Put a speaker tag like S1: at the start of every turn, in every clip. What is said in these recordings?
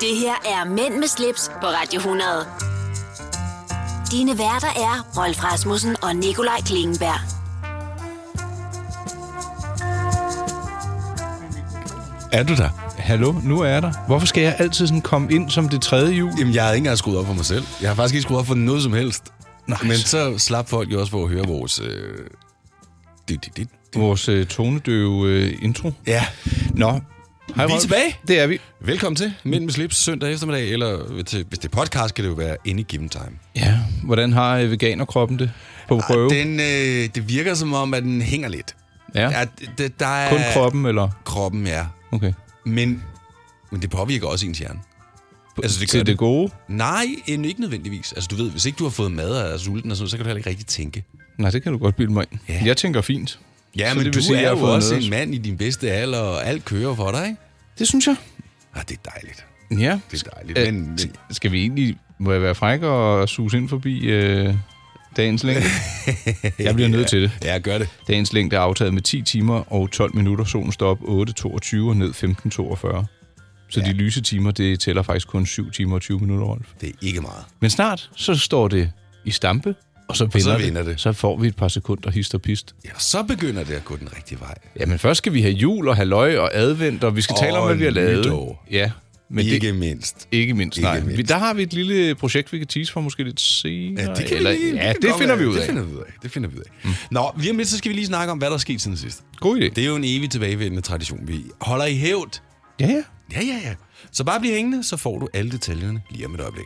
S1: Det her er Mænd med slips på Radio 100. Dine værter er Rolf Rasmussen og Nikolaj Klingenberg.
S2: Er du der?
S3: Hallo, nu er jeg der. Hvorfor skal jeg altid sådan komme ind som det tredje jul?
S2: Jamen, jeg havde ikke engang skruet op for mig selv. Jeg har faktisk ikke skruet op for noget som helst.
S3: Nej,
S2: Men så slap folk jo også for at høre vores... Øh... Dit, dit, dit.
S3: Vores øh, tonedøve øh, intro.
S2: Ja.
S3: Nå, Hej,
S2: Vi er
S3: Rolf.
S2: tilbage.
S3: Det er vi.
S2: Velkommen til Mænd med slips søndag eftermiddag, eller til, hvis det er podcast, kan det jo være Any Given Time.
S3: Ja, hvordan har øh, veganerkroppen det på prøve?
S2: Den, øh, Ah, det virker som om, at den hænger lidt.
S3: ja.
S2: Ja, det, der er
S3: Kun kroppen, eller?
S2: Kroppen, ja.
S3: Okay.
S2: Men, men det påvirker også ens hjerne. Altså, det gør
S3: Til det
S2: det.
S3: gode?
S2: Nej, end ikke nødvendigvis. Altså, du ved, hvis ikke du har fået mad og er sulten og sådan noget, så kan du heller ikke rigtig tænke.
S3: Nej, det kan du godt bilde mig ind.
S2: Ja.
S3: Jeg tænker fint.
S2: Ja,
S3: Så
S2: men
S3: det vil
S2: du
S3: sige,
S2: er
S3: jeg har
S2: jo
S3: fået
S2: også
S3: noget.
S2: en mand i din bedste alder, og alt kører for dig, ikke?
S3: Det synes jeg.
S2: Ah, det er dejligt.
S3: Ja.
S2: Det er dejligt.
S3: Øh,
S2: Men, men
S3: Skal vi egentlig, må jeg være fræk og suse ind forbi øh, dagens længde? jeg bliver nødt til det.
S2: ja, gør det.
S3: Dagens længde er aftaget med 10 timer og 12 minutter. Solen står op 8.22 og ned 15.42. Så ja. de lyse timer, det tæller faktisk kun 7 timer og 20 minutter, Rolf.
S2: Det er ikke meget.
S3: Men snart, så står det i stampe, og så vinder,
S2: så vinder det.
S3: Så får vi et par sekunder hist og pist.
S2: Ja, og så begynder det at gå den rigtige vej.
S3: Jamen først skal vi have jul og halløj og advent, og vi skal tale om,
S2: Og
S3: hvad vi har lavet.
S2: nytår.
S3: Ja, men
S2: ikke
S3: det,
S2: mindst.
S3: ikke mindst, nej.
S2: Ikke mindst.
S3: Vi- Der har vi et lille projekt, vi kan tease for måske lidt senere.
S2: Ja, det, kan
S3: eller,
S2: vi lige,
S3: ja,
S2: kan
S3: det
S2: godt
S3: finder vi
S2: være.
S3: ud
S2: Det
S3: af.
S2: finder vi ud af. Det finder vi ud af. Mm. Nå, lige om lidt, så skal vi lige snakke om, hvad der er sket siden sidst.
S3: God idé.
S2: Det er jo en evig tilbagevendende tradition. Vi holder i hævd.
S3: Ja, ja.
S2: Ja, ja, ja. Så bare bliv hængende, så får du alle detaljerne lige om et øjeblik.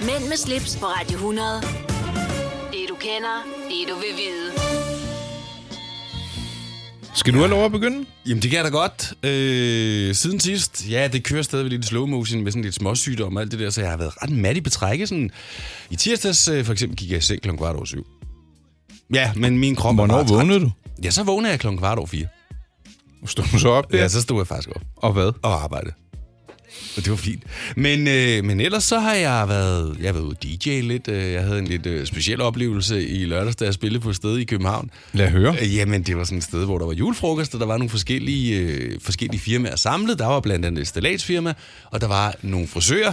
S1: Mænd med slips på Radio 100. Det du kender, det du vil vide.
S3: Skal du have lov at begynde?
S2: Jamen, det kan jeg da godt. Øh, siden sidst, ja, det kører stadigvæk lidt i slow motion med sådan lidt småsygdom og alt det der, så jeg har været ret mat i betrækket. Sådan. I tirsdags øh, for eksempel gik jeg i seng klokken kvart over syv. Ja, men min krop var
S3: Hvornår
S2: bare træt.
S3: vågnede du?
S2: Ja, så vågnede jeg klokken kvart over fire.
S3: Stod du så op der?
S2: Ja, så stod jeg faktisk op
S3: Og hvad?
S2: og arbejde. Og det var fint. Men, øh, men ellers så har jeg været, jeg har været ude at DJ lidt. Øh, Jeg havde en lidt øh, speciel oplevelse i lørdags, da jeg spillede på et sted i København.
S3: Lad høre.
S2: Øh, Jamen, det var sådan et sted, hvor der var julefrokost, og der var nogle forskellige, øh, forskellige firmaer samlet. Der var blandt andet et stillatsfirma, og der var nogle frisører,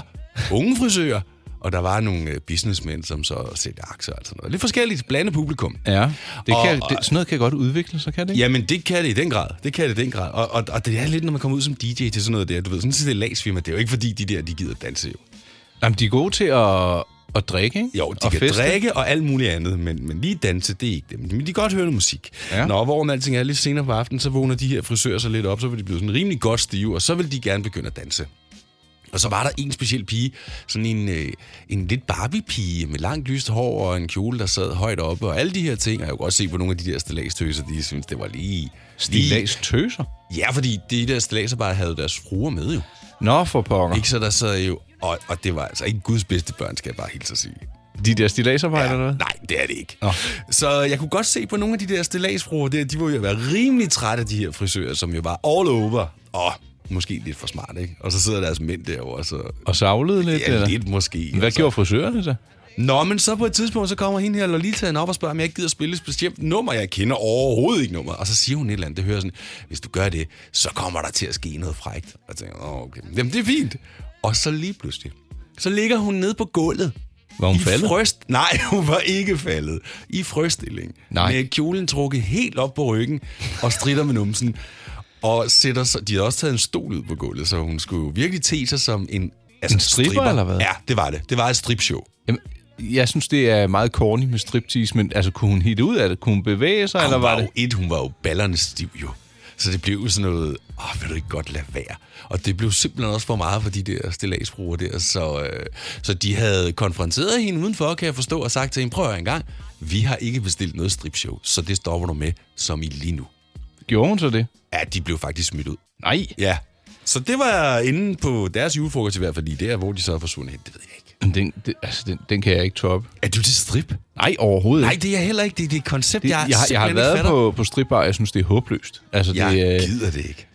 S2: unge frisører, og der var nogle øh, businessmænd, som så sælger aktier og sådan noget. Lidt forskelligt blandet publikum.
S3: Ja, det
S2: Og-
S3: kan,
S2: og-
S3: det, sådan noget kan godt udvikle sig, kan det ikke?
S2: Jamen, det kan det i den grad. Det kan det i den grad. Og, og, og det er lidt, når man kommer ud som DJ til sådan noget der. Du ved, sådan et stillatsfirma, det er jo ikke fordi, de der, de gider danse jo.
S3: Jamen, de er gode til at, at drikke, ikke?
S2: Jo, de
S3: og
S2: kan drikke og alt muligt andet, men, men lige danse, det er ikke dem. Men de kan godt høre noget musik. Ja.
S3: Ja.
S2: Nå, hvorom alting er lidt senere på aftenen, så vågner de her frisører sig lidt op, så vil de blive sådan rimelig godt stive, og så vil de gerne begynde at danse. Og så var der en speciel pige, sådan en, øh, en lidt Barbie-pige med langt lyst hår og en kjole, der sad højt oppe, og alle de her ting. Og jeg kunne også se på nogle af de der stilagstøser, de synes det var lige... lige-
S3: Stilas tøser.
S2: Ja, fordi de der stilladser bare havde deres fruer med jo.
S3: Nå, for pokker.
S2: Ikke så der sad jo... Og, og det var altså ikke Guds bedste børn, skal jeg bare hilse at sige.
S3: De der stilasarbejder, eller hvad?
S2: Nej, det er det ikke.
S3: Nå.
S2: Så jeg kunne godt se på nogle af de der stillagsfruer der, de var jo være rimelig trætte af de her frisører, som jo var all over. Og måske lidt for smart, ikke? Og så sidder deres mænd derovre, så...
S3: Og savlede lidt,
S2: Ja,
S3: eller?
S2: lidt altså. måske.
S3: Hvad gjorde frisørerne så?
S2: Nå, men så på et tidspunkt, så kommer hende her Lolitaen op og spørger, om jeg ikke gider spille et specielt nummer, jeg kender overhovedet ikke nummer. Og så siger hun et eller andet, det hører sådan, hvis du gør det, så kommer der til at ske noget frægt. Og jeg tænker, åh, okay, jamen det er fint. Og så lige pludselig, så ligger hun nede på gulvet.
S3: Var hun
S2: I
S3: faldet?
S2: Frøst, nej, hun var ikke faldet. I frøstilling.
S3: Nej.
S2: Med kjolen trukket helt op på ryggen og strider med numsen. Og sætter så, de havde også taget en stol ud på gulvet, så hun skulle jo virkelig te sig som en... Altså,
S3: En stripper, eller hvad?
S2: Ja, det var det. Det var et stripshow.
S3: Jamen, jeg synes, det er meget corny med striptease, men altså, kunne hun hitte ud af det? Kunne hun bevæge sig, eller
S2: hun
S3: var
S2: var
S3: det?
S2: jo et, hun var jo ballerne stiv jo. Så det blev jo sådan noget, åh, vil du ikke godt lade være? Og det blev simpelthen også for meget for de der stillagsbrugere der, så, øh, så de havde konfronteret hende udenfor, kan jeg forstå, og sagt til hende, prøv at høre en gang, vi har ikke bestilt noget stripshow, så det stopper du med, som i lige nu.
S3: Gjorde hun så det?
S2: Ja, de blev faktisk smidt ud.
S3: Nej.
S2: Ja. Så det var inde på deres julefrokost i hvert fald lige der, hvor de så er forsvundet hen, det ved jeg ikke.
S3: Men Den, den, altså, den, den kan jeg ikke toppe.
S2: Er du til strip?
S3: Nej, overhovedet
S2: Nej,
S3: ikke.
S2: det er jeg heller ikke. Det er det koncept,
S3: Det,
S2: jeg,
S3: jeg, jeg, har- jeg har
S2: simpelthen ikke
S3: været
S2: fatter.
S3: på, på stripbar, og jeg synes, det er håbløst. Altså,
S2: Jeg
S3: det, øh,
S2: gider det ikke.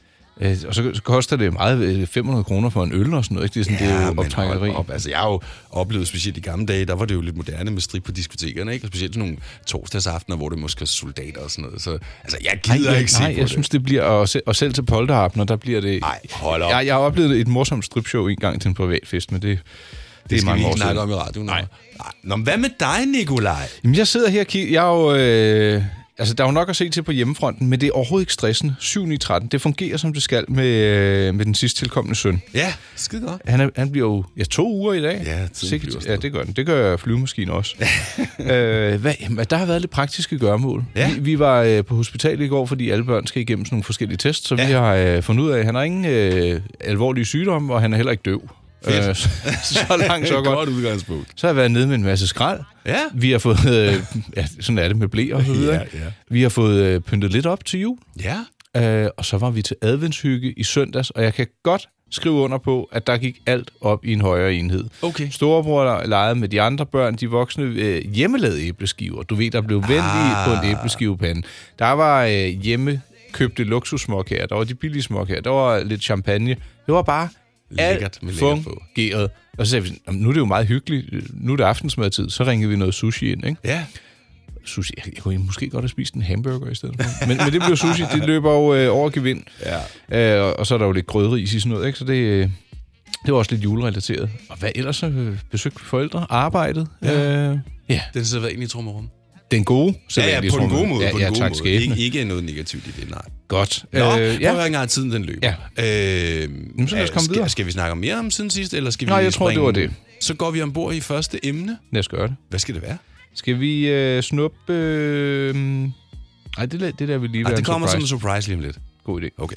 S3: Øh, og så, så koster det meget øh, 500 kroner for en øl og sådan noget. Ikke? Det er, sådan, ja, det er jo
S2: men
S3: optrækkeri.
S2: hold op. Altså, jeg har jo oplevet, specielt i gamle dage, der var det jo lidt moderne med strip på diskotekerne, ikke? Og specielt sådan nogle torsdagsaftener, hvor det måske er soldater og sådan noget. Så, altså, jeg gider
S3: nej,
S2: ikke se
S3: nej,
S2: på
S3: jeg
S2: det.
S3: synes, det bliver... Og, se, og selv til polterabner, der bliver det...
S2: Ej, hold op.
S3: Jeg, jeg har oplevet et morsomt stripshow en gang til en privat fest, men det, det,
S2: det
S3: er
S2: skal vi
S3: mange
S2: ikke
S3: år siden.
S2: snakke om i radioen. Nej. Nej. Nå, men hvad med dig, Nikolaj?
S3: Jamen, jeg sidder her og kigger. Jeg er jo, øh, altså, der er jo nok at se til på hjemmefronten, men det er overhovedet ikke stressende. 7 i 13. Det fungerer, som det skal med, øh, med den sidst tilkommende søn.
S2: Ja, skide godt.
S3: Han, er, han bliver jo ja, to uger i dag.
S2: Ja, tiden
S3: Sikkert-
S2: flyver afsted.
S3: ja, det gør den. Det gør flyvemaskinen også. øh, hvad, jamen, der har været lidt praktiske gøremål.
S2: Ja.
S3: Vi, vi var øh, på hospitalet i går, fordi alle børn skal igennem sådan nogle forskellige tests, så ja.
S2: Ja.
S3: vi har øh, fundet ud af, at han har ingen øh, alvorlige sygdomme, og han er heller ikke døv. Øh,
S2: Fedt.
S3: så, så langt, så godt.
S2: godt udgangspunkt.
S3: Så har jeg været nede med en masse skrald.
S2: Ja.
S3: Vi har fået, øh, ja, sådan er det med blæ og så videre.
S2: Ja, ja.
S3: Vi har fået øh, pyntet lidt op til jul,
S2: Ja.
S3: øh, og så var vi til adventshygge i søndags, og jeg kan godt skrive under på, at der gik alt op i en højere enhed.
S2: Okay.
S3: Storebror legede med de andre børn, de voksne, øh, hjemmelavede æbleskiver. Du ved, der blev vendt ah. på en æbleskivepande. Der var øh, hjemme købte luksussmåkager, der var de billige småkager, der var lidt champagne. Det var bare
S2: Lækkert med
S3: alt
S2: lækkert på.
S3: fungeret. Og så sagde vi, sådan, "Nå, men nu er det jo meget hyggeligt, nu er det aftensmadtid, så ringede vi noget sushi ind, ikke?
S2: Ja.
S3: sushi. Jeg, jeg kunne måske godt have spist en hamburger i stedet for. Men, men det blev sushi. Det løber jo øh, over gevind. Ja. Øh, og, og så er der jo lidt grødris i sådan noget, ikke? Så det, øh, det var også lidt julerelateret. Og hvad ellers? Øh, besøgte forældre, arbejdet. Ja. Øh, ja.
S2: Den sidder ind i trummerum.
S3: Den gode.
S2: Ja, ja,
S3: sædvanlige
S2: på en
S3: tromme.
S2: god måde.
S3: Ja,
S2: på en
S3: ja
S2: god
S3: tak
S2: måde.
S3: skæbne.
S2: Ikke, ikke noget negativt i det, nej.
S3: Godt.
S2: Nå, øh, prøv
S3: ja.
S2: at høre engang, tiden den løber.
S3: Ja.
S2: Øh,
S3: Jamen, så lad os komme
S2: skal,
S3: videre.
S2: skal vi snakke om mere om siden sidst, eller skal
S3: Nå,
S2: vi
S3: jeg tror, det
S2: springe-
S3: var det.
S2: Så går vi ombord i første emne.
S3: Lad os gøre det.
S2: Hvad skal det være?
S3: Skal vi øh, snuppe... Øh, nej, det, lad- det der vil lige
S2: Ej,
S3: være
S2: Ah, det
S3: en
S2: kommer
S3: surprise.
S2: som en surprise lige om lidt.
S3: God idé.
S2: Okay.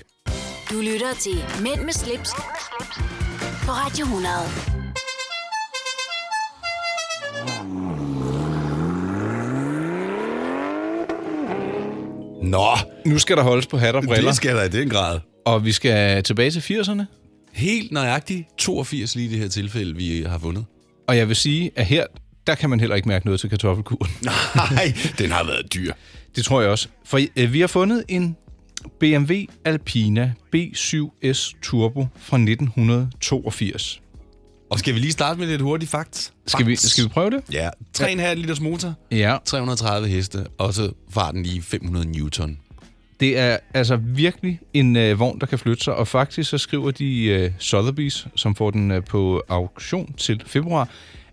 S1: Du lytter til Mænd med slips, på Radio 100.
S2: Nå,
S3: Nu skal der holdes på hat og briller,
S2: det skal der i den grad.
S3: og vi skal tilbage til 80'erne.
S2: Helt nøjagtigt 82 lige i det her tilfælde, vi har vundet.
S3: Og jeg vil sige, at her, der kan man heller ikke mærke noget til kartoffelkuren.
S2: Nej, den har været dyr.
S3: Det tror jeg også. For øh, vi har fundet en BMW Alpina B7S Turbo fra 1982.
S2: Og skal vi lige starte med lidt hurtigt fakt?
S3: Skal vi,
S2: Facts.
S3: skal vi prøve det?
S2: Ja, 3,5 liters motor,
S3: Ja.
S2: 330 heste, og så var den lige 500 newton.
S3: Det er altså virkelig en øh, vogn, der kan flytte sig, og faktisk så skriver de øh, Sotheby's, som får den øh, på auktion til februar,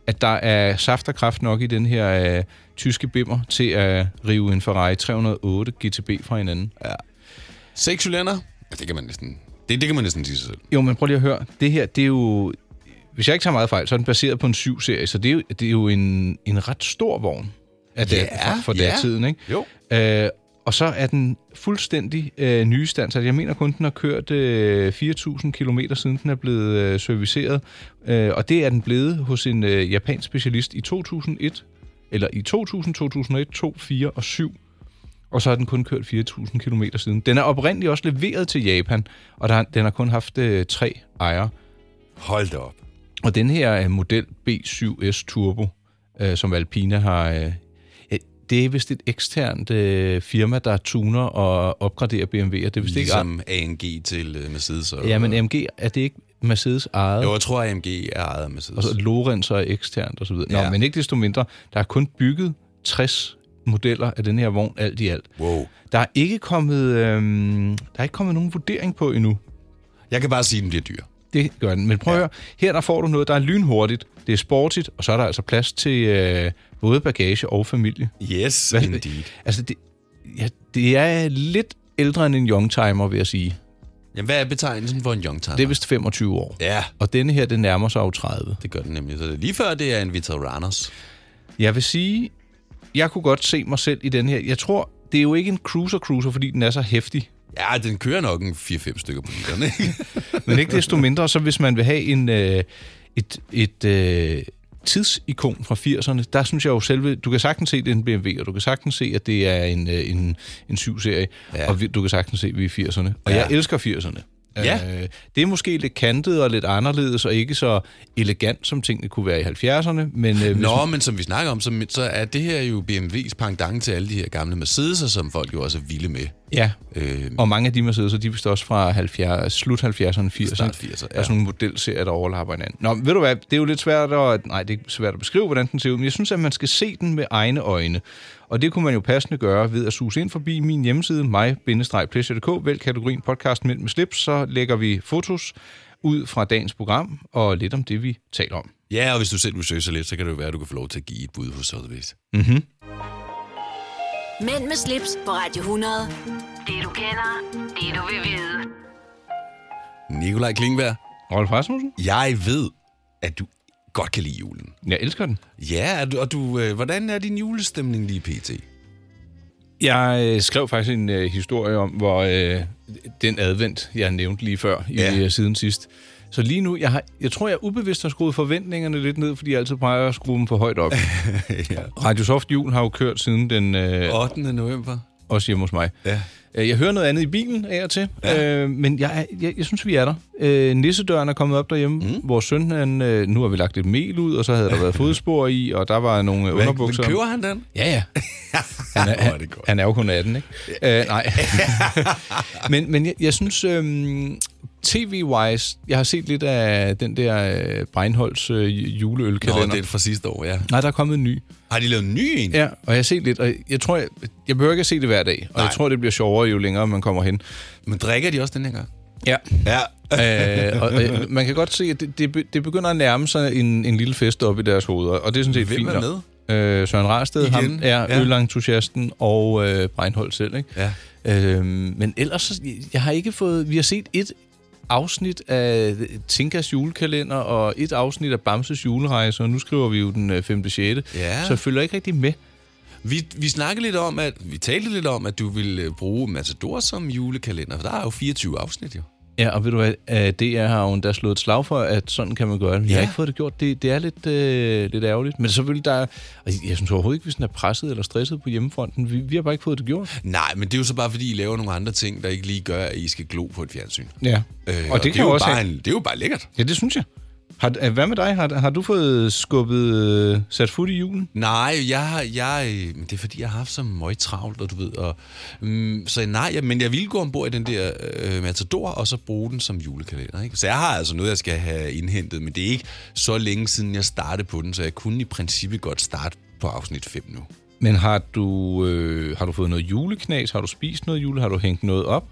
S3: at der er saft og kraft nok i den her øh, tyske bimmer til at rive en Ferrari 308 GTB fra hinanden.
S2: 6 cylinder, ja, det kan man næsten, det, det kan man næsten sige sig selv.
S3: Jo, men prøv lige at høre. Det her, det er jo... Hvis jeg ikke tager meget fejl, så er den baseret på en 7-serie, så det er jo, det er jo en, en ret stor vogn af der,
S2: Ja,
S3: for, for
S2: ja.
S3: datiden, ikke?
S2: Jo.
S3: Øh, og så er den fuldstændig øh, nystandsat. Jeg mener kun, den har kørt øh, 4.000 km, siden den er blevet øh, serviceret. Øh, og det er den blevet hos en øh, japansk specialist i 2001, eller i 2000, 2001, 2, 4 og 7. Og så har den kun kørt 4.000 km siden. Den er oprindeligt også leveret til Japan, og der, den har kun haft øh, tre ejere.
S2: Hold da op.
S3: Og den her øh, model B7S Turbo, øh, som Alpina har, øh, ja, det er vist et eksternt øh, firma, der tuner og opgraderer BMW'er. Det er vist ligesom.
S2: Ligesom AMG til øh, Mercedes. Og,
S3: ikke... Ja, men MG, er det ikke Mercedes eget?
S2: Jo, jeg tror, AMG er ejet af Mercedes.
S3: Og så Lorenz er eksternt osv. Nå,
S2: Ja.
S3: men ikke desto mindre, der er kun bygget 60 modeller af den her vogn, alt i alt.
S2: Wow.
S3: Der er ikke kommet, øhm, der er ikke kommet nogen vurdering på endnu.
S2: Jeg kan bare sige, at den bliver dyr.
S3: Det gør den. Men prøv ja. at høre, her der får du noget, der er lynhurtigt, det er sportigt, og så er der altså plads til øh, både bagage og familie.
S2: Yes,
S3: Hvad-
S2: indeed.
S3: Altså, det, ja, det er lidt ældre end en youngtimer, vil jeg sige.
S2: Jamen, hvad er betegnelsen for en youngtimer?
S3: Det er vist 25 år.
S2: Ja,
S3: Og denne her, den nærmer sig jo 30.
S2: det gør den nemlig. Så det er lige før, det er en veteraners.
S3: Jeg vil sige, jeg kunne godt se mig selv i den her. Jeg tror, det er jo ikke en cruiser-cruiser, fordi den er så hæftig.
S2: Ja, den kører nok en 4-5 stykker på literen, ikke?
S3: Men ikke desto mindre, så hvis man vil have en, øh, et, et øh, tidsikon fra 80'erne, der synes jeg jo selve, du kan sagtens se, det er en BMW, og du kan sagtens se, at det er en, øh, en, en 7-serie,
S2: Ja.
S3: ja. og vi, du kan sagtens se, at vi er 80'erne. Og
S2: Ja.
S3: ja. jeg elsker 80'erne.
S2: Ja.
S3: Øh, det er måske lidt kantet og lidt anderledes, og ikke så elegant, som tingene kunne være i 70'erne, men øh, hvis
S2: Nå, men som vi snakker om, så, så er det her jo BMW's pendant til alle de her gamle Mercedes'er, som folk jo også er vilde med.
S3: Ja,
S2: Øh,
S3: og mange af de Mercedes'er, de er vist også fra 70, slut 70'erne, 80'erne.
S2: Start 80'erne,
S3: Der er sådan nogle modelserier, der overlapper hinanden. Nå, men ved du hvad, det er jo lidt svært at, nej, det er svært at beskrive, hvordan den ser ud, men jeg synes, at man skal se den med egne øjne. Og det kunne man jo passende gøre ved at suge ind forbi min hjemmeside, mig-pleasure.dk, vælg kategorien podcast Mænd med slips, så lægger vi fotos ud fra dagens program, og lidt om det, vi taler om.
S2: ja, og hvis du selv vil søge sig lidt, så kan det jo være, at du kan få lov til at give et bud hos Sotheby's.
S1: Mænd med slips på Radio 100. Det du kender, det du vil vide.
S2: Nikolaj Klingberg,
S3: Rolf Rasmussen?
S2: jeg ved, at du godt kan lide julen.
S3: Jeg elsker den.
S2: Ja, og du- og du, øh, hvordan er din julestemning lige pt?
S3: Jeg øh, skrev faktisk en øh, historie om, hvor øh, den advent, jeg nævnte lige før, i,
S2: Ja.
S3: ja. siden sidst. Så lige nu, jeg, har, jeg tror, jeg ubevidst har skruet forventningerne lidt ned, fordi jeg altid plejer at skrue dem for højt op.
S2: ja.
S3: Radio Soft Jul har jo kørt siden den, øh,
S2: 8. november.
S3: også hjemme hos mig.
S2: Ja.
S3: Øh, Jeg hører noget andet i bilen af og til, ja. øh, men jeg, er- jeg, jeg synes, vi er der. Øh, nissedøren er kommet op derhjemme. Mm. Vores søn, han, øh, nu har vi lagt lidt mel ud, og så havde der været fodspor i, og der var nogle øh, underbukser.
S2: Men køber han den?
S3: Ja, ja. Han er,
S2: Hvor er det godt.
S3: han er jo kun 18, ikke? Øh, nej. men, men jeg, jeg synes, øhm, tv-wise, jeg har set lidt af den der øh, Breinholds øh,
S2: Nå,
S3: juleølkalender.
S2: det er fra sidste år, ja.
S3: Nej, der er kommet en ny.
S2: Har de lavet en ny en?
S3: Ja, og jeg har set lidt, og jeg tror, jeg, jeg behøver ikke at se det hver dag, og Nej. jeg
S2: Nej.
S3: tror, det bliver sjovere, jo længere man kommer hen.
S2: Men drikker de også den her gang?
S3: Ja.
S2: Ja.
S3: øh, og, øh, man kan godt se, at det, det, be- det begynder at nærme sig en, en lille fest op i deres hoveder, og det er sådan set
S2: Hvem
S3: fint
S2: er
S3: nok.
S2: med?
S3: Øh, Søren Rarsted, ham
S2: Igen?
S3: er
S2: Ja.
S3: ja. ølentusiasten, og øh, Breinholt selv, ikke?
S2: Ja.
S3: Øhm, men ellers, så- jeg har ikke fået... Vi har set et afsnit af Tinkas julekalender og et afsnit af Bamses julerejse, og nu skriver vi jo den øh, 5. 6.
S2: Ja.
S3: Så jeg følger ikke rigtig med.
S2: Vi, vi snakkede lidt om, at vi talte lidt om, at du ville øh, bruge Matador som julekalender, for der er jo 24 afsnit jo.
S3: Ja, og ved du hvad, øh, DR har jo endda slået et slag for, at sådan kan man gøre det. Jeg
S2: Ja.
S3: har ikke fået det gjort. Det, det er lidt, øh, lidt ærgerligt. Men selvfølgelig, der er, og jeg synes overhovedet ikke, vi sådan er presset eller stresset på hjemmefronten. Vi, vi har bare ikke fået det gjort.
S2: Nej, men det er jo så bare, fordi I laver nogle andre ting, der ikke lige gør, at I skal glo på et fjernsyn.
S3: Ja.
S2: Øh,
S3: og det
S2: er
S3: kan jo også
S2: bare
S3: have-
S2: en, Det er jo bare lækkert.
S3: Ja, det synes jeg. Har, øh, hvad med dig? Har, har du fået skubbet, øh, sat fod i julen?
S2: Nej, jeg, har- jeg, øh, men det er fordi, jeg har haft så meget travlt, og du ved. Og, mm, så nej, jeg, men jeg ville gå ombord i den der øh, Matador, og så bruge den som julekalender. Ikke? Så jeg har altså noget, jeg skal have indhentet, men det er ikke så længe siden, jeg startede på den, så jeg kunne i princippet godt starte på afsnit 5 nu.
S3: Men har du, øh, har du fået noget juleknas? Har du spist noget jule? Har du hængt noget op?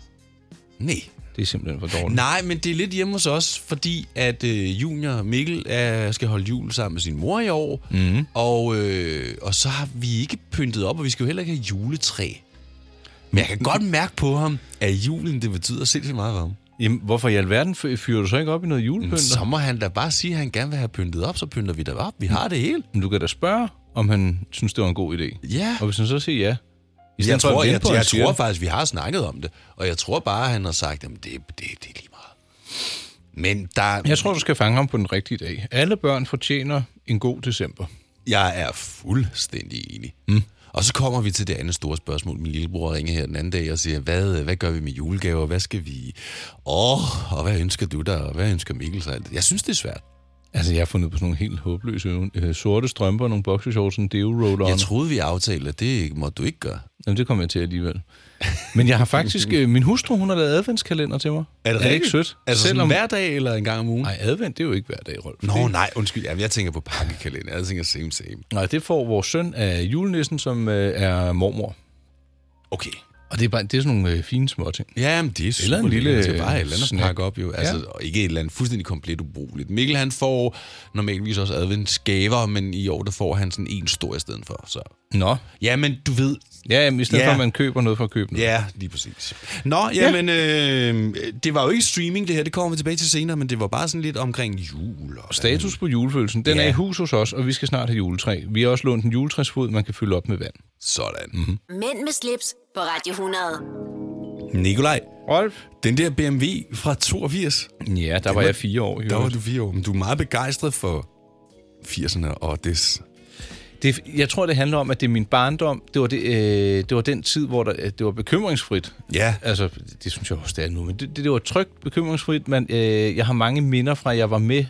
S2: Nej.
S3: Det er simpelthen for dårligt.
S2: Nej, men det er lidt hjemme hos os, fordi at øh, Junior Mikkel øh, skal holde jul sammen med sin mor i år,
S3: Mhm.
S2: mm. og, øh, og så har vi ikke pyntet op, og vi skal jo heller ikke have juletræ. Men jeg kan godt mærke på ham, at julen, det betyder sindssygt meget for ham.
S3: Jamen, hvorfor i alverden fy- fyrer du så ikke op i noget
S2: Men
S3: julepynt?
S2: så må han da bare sige, at han gerne vil have pyntet op, så pynter vi da op. Vi har det hele.
S3: Men Du kan da spørge, om han synes, det var en god idé.
S2: Ja.
S3: Og hvis han så siger ja... I
S2: Jeg
S3: stedet for at
S2: tror,
S3: vente
S2: jeg,
S3: på, at
S2: jeg,
S3: han
S2: jeg
S3: siger
S2: tror
S3: det.
S2: faktisk, vi har snakket om det, og jeg tror bare, at han har sagt, at det, det, det er lige meget. Men der,
S3: Jeg tror, du skal fange ham på den rigtige dag. Alle børn fortjener en god december.
S2: Jeg er fuldstændig enig. Mm. Og så kommer vi til det andet store spørgsmål. Min lillebror ringer her den anden dag og siger, hvad, hvad gør vi med julegaver? Hvad skal vi... Åh, og hvad ønsker du dig? Og hvad ønsker Mikkel sig? Jeg synes, det er svært.
S3: Altså, jeg har fundet på sådan nogle helt håbløse øh, sorte strømper, nogle boxershorts, en deo roll
S2: Jeg troede, vi aftalte, at det må du ikke gøre.
S3: Jamen, det kommer jeg til alligevel. Men jeg har faktisk... øh, min hustru, hun har lavet adventskalender til mig. er det ikke sødt?
S2: Altså Selvom... hver dag eller en gang om ugen?
S3: Nej, advent, det er jo ikke hver dag, Rolf.
S2: Nå, nej, undskyld. Jamen, jeg tænker på pakkekalender. Jeg tænker same, same.
S3: Nej, det får vores søn af julenissen, som øh, er mormor.
S2: Okay.
S3: Og det er, bare, det er sådan nogle øh, fine små ting.
S2: Jamen, det er super
S3: Eller en lille
S2: lækkert. Det er bare et eller andet
S3: snack.
S2: pakke op, jo. Altså, ja. ikke et eller andet fuldstændig komplet ubrugeligt. Mikkel, han får normalvis også adventsgaver, men i år, der får han sådan en stor i stedet for. Så.
S3: Nå.
S2: Ja, men du ved...
S3: Ja, jamen, i stedet
S2: Ja.
S3: ja. for, at man køber noget for at købe noget.
S2: Ja, lige præcis. Nå, jamen, ja. øh, det var jo ikke streaming, det her. Det kommer vi tilbage til senere, men det var bare sådan lidt omkring jul. Og
S3: Status på julefølelsen, den
S2: Ja.
S3: ja. er i hus hos os, og vi skal snart have juletræ. Vi har også lånt en juletræsfod, man kan fylde op med vand.
S2: Sådan. Mm-hmm.
S1: Mænd med slips på Radio 100.
S2: Nikolaj,
S3: Rolf?
S2: den der BMW fra 82,
S3: Ja, der var, jeg fire år.
S2: der var du fire år. Men du er meget begejstret for 80'erne og des.
S3: Det, jeg tror, det handler om, at det er min barndom. Det var, det, øh, det var den tid, hvor der, det var bekymringsfrit.
S2: Ja.
S3: Altså, det synes jeg også, det er nu. Men det, det, det var trygt bekymringsfrit, men øh, jeg har mange minder fra, at jeg var med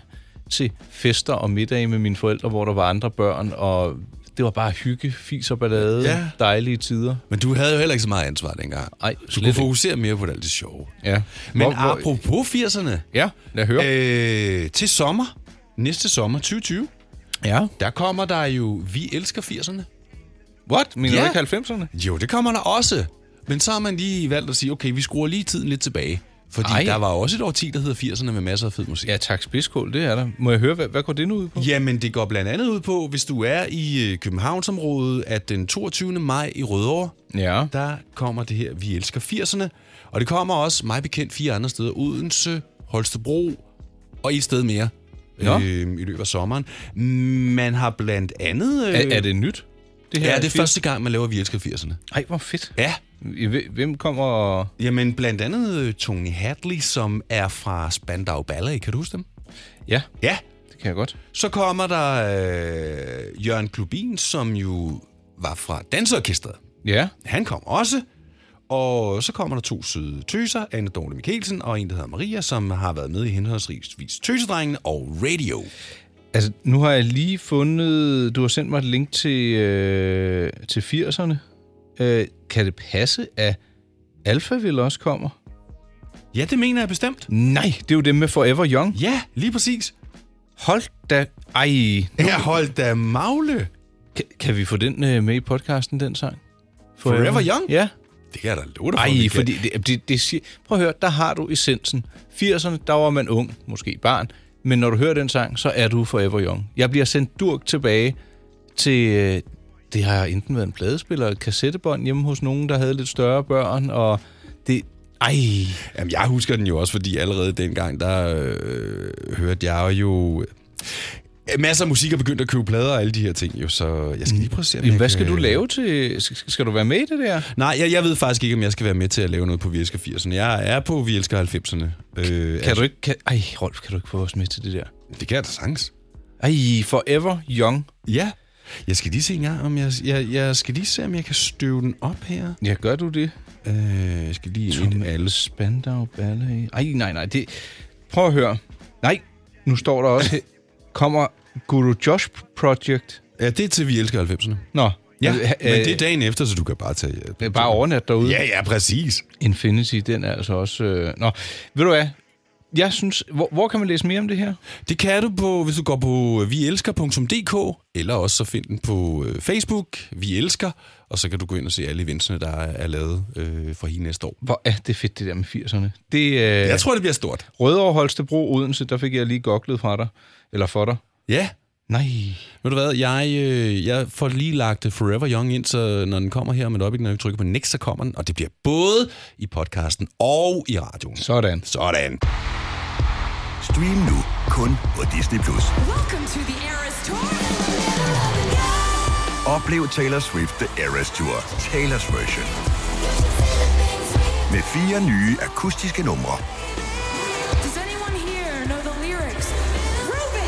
S3: til fester og middage med mine forældre, hvor der var andre børn, og Det var bare hygge, fis og ballade,
S2: Ja.
S3: ja. dejlige tider.
S2: Men du havde jo heller ikke så meget ansvar dengang.
S3: Nej,
S2: du
S3: slet
S2: kunne
S3: ikke.
S2: fokusere mere på det alt det sjove.
S3: Ja.
S2: Men
S3: Hvor- hvor-
S2: apropos 80'erne,
S3: Ja, lad høre.
S2: øh, til sommer, næste sommer 2020,
S3: ja.
S2: der kommer der jo Vi elsker 80'erne.
S3: What? Mener
S2: Ja.
S3: du ikke 90'erne?
S2: Jo, det kommer der også. Men så har man lige valgt at sige, okay, vi skruer lige tiden lidt tilbage. Fordi Ej.
S3: Ej.
S2: der var også et årti, der hedder 80'erne med masser af fed musik.
S3: Ja, tak spidskål, det er der. Må jeg høre, hvad, hvad går det nu ud på?
S2: Jamen, det går blandt andet ud på, hvis du er i øh, Københavnsområdet, at den 22. maj i Rødovre,
S3: Ja.
S2: der kommer det her Vi elsker 80'erne. Og det kommer også, mig bekendt, fire andre steder. Odense, Holstebro og et sted mere
S3: Nå.
S2: øh, i løbet af sommeren. Man har blandt andet... Øh,
S3: Er, er det nyt? Det
S2: Ja, det er
S3: firs-
S2: første gang, man laver Vi elsker 80'erne.
S3: Ej, hvor fedt.
S2: Ja,
S3: I- hve- Hvem kommer... og-
S2: jamen blandt andet øh, Tony Hadley, som er fra Spandau Ballet. Kan du huske dem?
S3: Ja,
S2: Ja,
S3: det kan jeg godt.
S2: Så kommer der øh, Jørgen Klubin, som jo var fra Danseorkestret.
S3: Ja.
S2: Han kom også. Og så kommer der to søde tøser, Anne Dorte Mikkelsen og en, der hedder Maria, som har været med i henholdsvis Tøsedrengene og Radio.
S3: Altså, nu har jeg lige fundet... Du har sendt mig et link til, øh, til 80'erne. Øh, kan det passe, at Alpha vil også kommer?
S2: Ja, det mener jeg bestemt.
S3: Nej, det er jo dem med Forever Young.
S2: Ja, lige præcis.
S3: Hold da... Ej,
S2: Jeg holdt da magle.
S3: kan, kan vi få den øh, med i podcasten, den sang?
S2: Forever Young?
S3: Ja.
S2: Det kan jeg da love dig for,
S3: Ej,
S2: vi kan.
S3: fordi det, det, det siger, prøv at høre, der har du essensen. 80'erne, der var man ung, måske barn, men når du hører den sang, så er du forever young. Jeg bliver sendt durk tilbage til, øh, det har enten været en pladespiller, et kassettebånd hjemme hos nogen, der havde lidt større børn, og det, ej,
S2: Jamen, jeg husker den jo også, fordi allerede dengang, der øh, hørte jeg jo... øh, Masser af musik og begyndt at købe plader og alle de her ting, jo, så jeg skal lige prøve at se, om jeg
S3: Jamen, hvad skal
S2: kan-
S3: du lave til, skal, skal du være med i det der?
S2: Nej, jeg, jeg ved faktisk ikke, om jeg skal være med til at lave noget på Vi elsker 80'erne. Jeg er på Vi elsker 90'erne. Øh,
S3: Kan du ikke, kan, ej, Rolf, kan du ikke få os med til det der?
S2: Det kan jeg da sagtens.
S3: Ej, forever young.
S2: Ja. Jeg skal lige se en gang, om jeg, jeg, jeg skal lige se, om jeg kan støve den op her.
S3: Ja, gør du det?
S2: Øh, jeg skal lige ind
S3: Tom
S2: i alle.
S3: alle Spandau Ballet. Ej, nej, nej. Det... Prøv at høre. Nej, nu står der også... Kommer Guru Josh Project.
S2: Ja, det er til Vi elsker 90'erne.
S3: Nå.
S2: Ja,
S3: øh,
S2: men det er
S3: øh,
S2: dagen efter, så du kan bare tage... Ja,
S3: øh, Bare overnat derude.
S2: Ja, ja, præcis.
S3: Infinity, den er altså også... Øh... Nå, ved du hvad? Jeg synes... Hvor, hvor kan man læse mere om det her?
S2: Det kan du på, hvis du går på øh, vielsker.dk, eller også så find den på øh, Facebook, Vi Elsker, og så kan du gå ind og se alle eventsene, der er, er lavet øh, for hele næste år.
S3: Hvor er det fedt, det der med 80'erne. Det øh...
S2: Jeg tror, det bliver stort.
S3: Rødovre, Holstebro, Odense, der fik jeg lige goklet fra dig. Eller for dig.
S2: Ja,
S3: Nej.
S2: Ved du hvad, jeg, øh, jeg får lige lagt øh, Forever Young ind, så når den kommer her om et øjeblik, når vi trykker på next, så kommer den, og det bliver både i podcasten og i radioen.
S3: Sådan.
S2: Sådan.
S4: Stream nu kun på Disney+. Plus.
S5: Welcome to the Eras Tour.
S4: Oplev Taylor Swift The Eras Tour, Taylor's version. Med fire nye akustiske numre.
S5: Does anyone here know the lyrics? Ruben!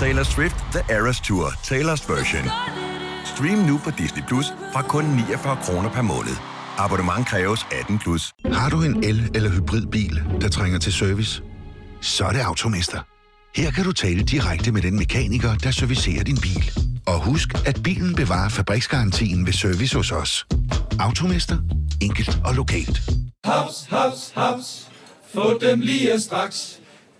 S4: Taylor Swift The Eras Tour, Taylor's version. Stream nu på Disney Plus fra kun 49 kroner per måned. Abonnement kræves 18 plus.
S6: Har du en el- eller hybridbil, der trænger til service? Så er det Automester. Her kan du tale direkte med den mekaniker, der servicerer din bil. Og husk, at bilen bevarer fabriksgarantien ved service hos os. Automester. Enkelt og lokalt.
S7: Haps, haps, haps. Få dem lige straks.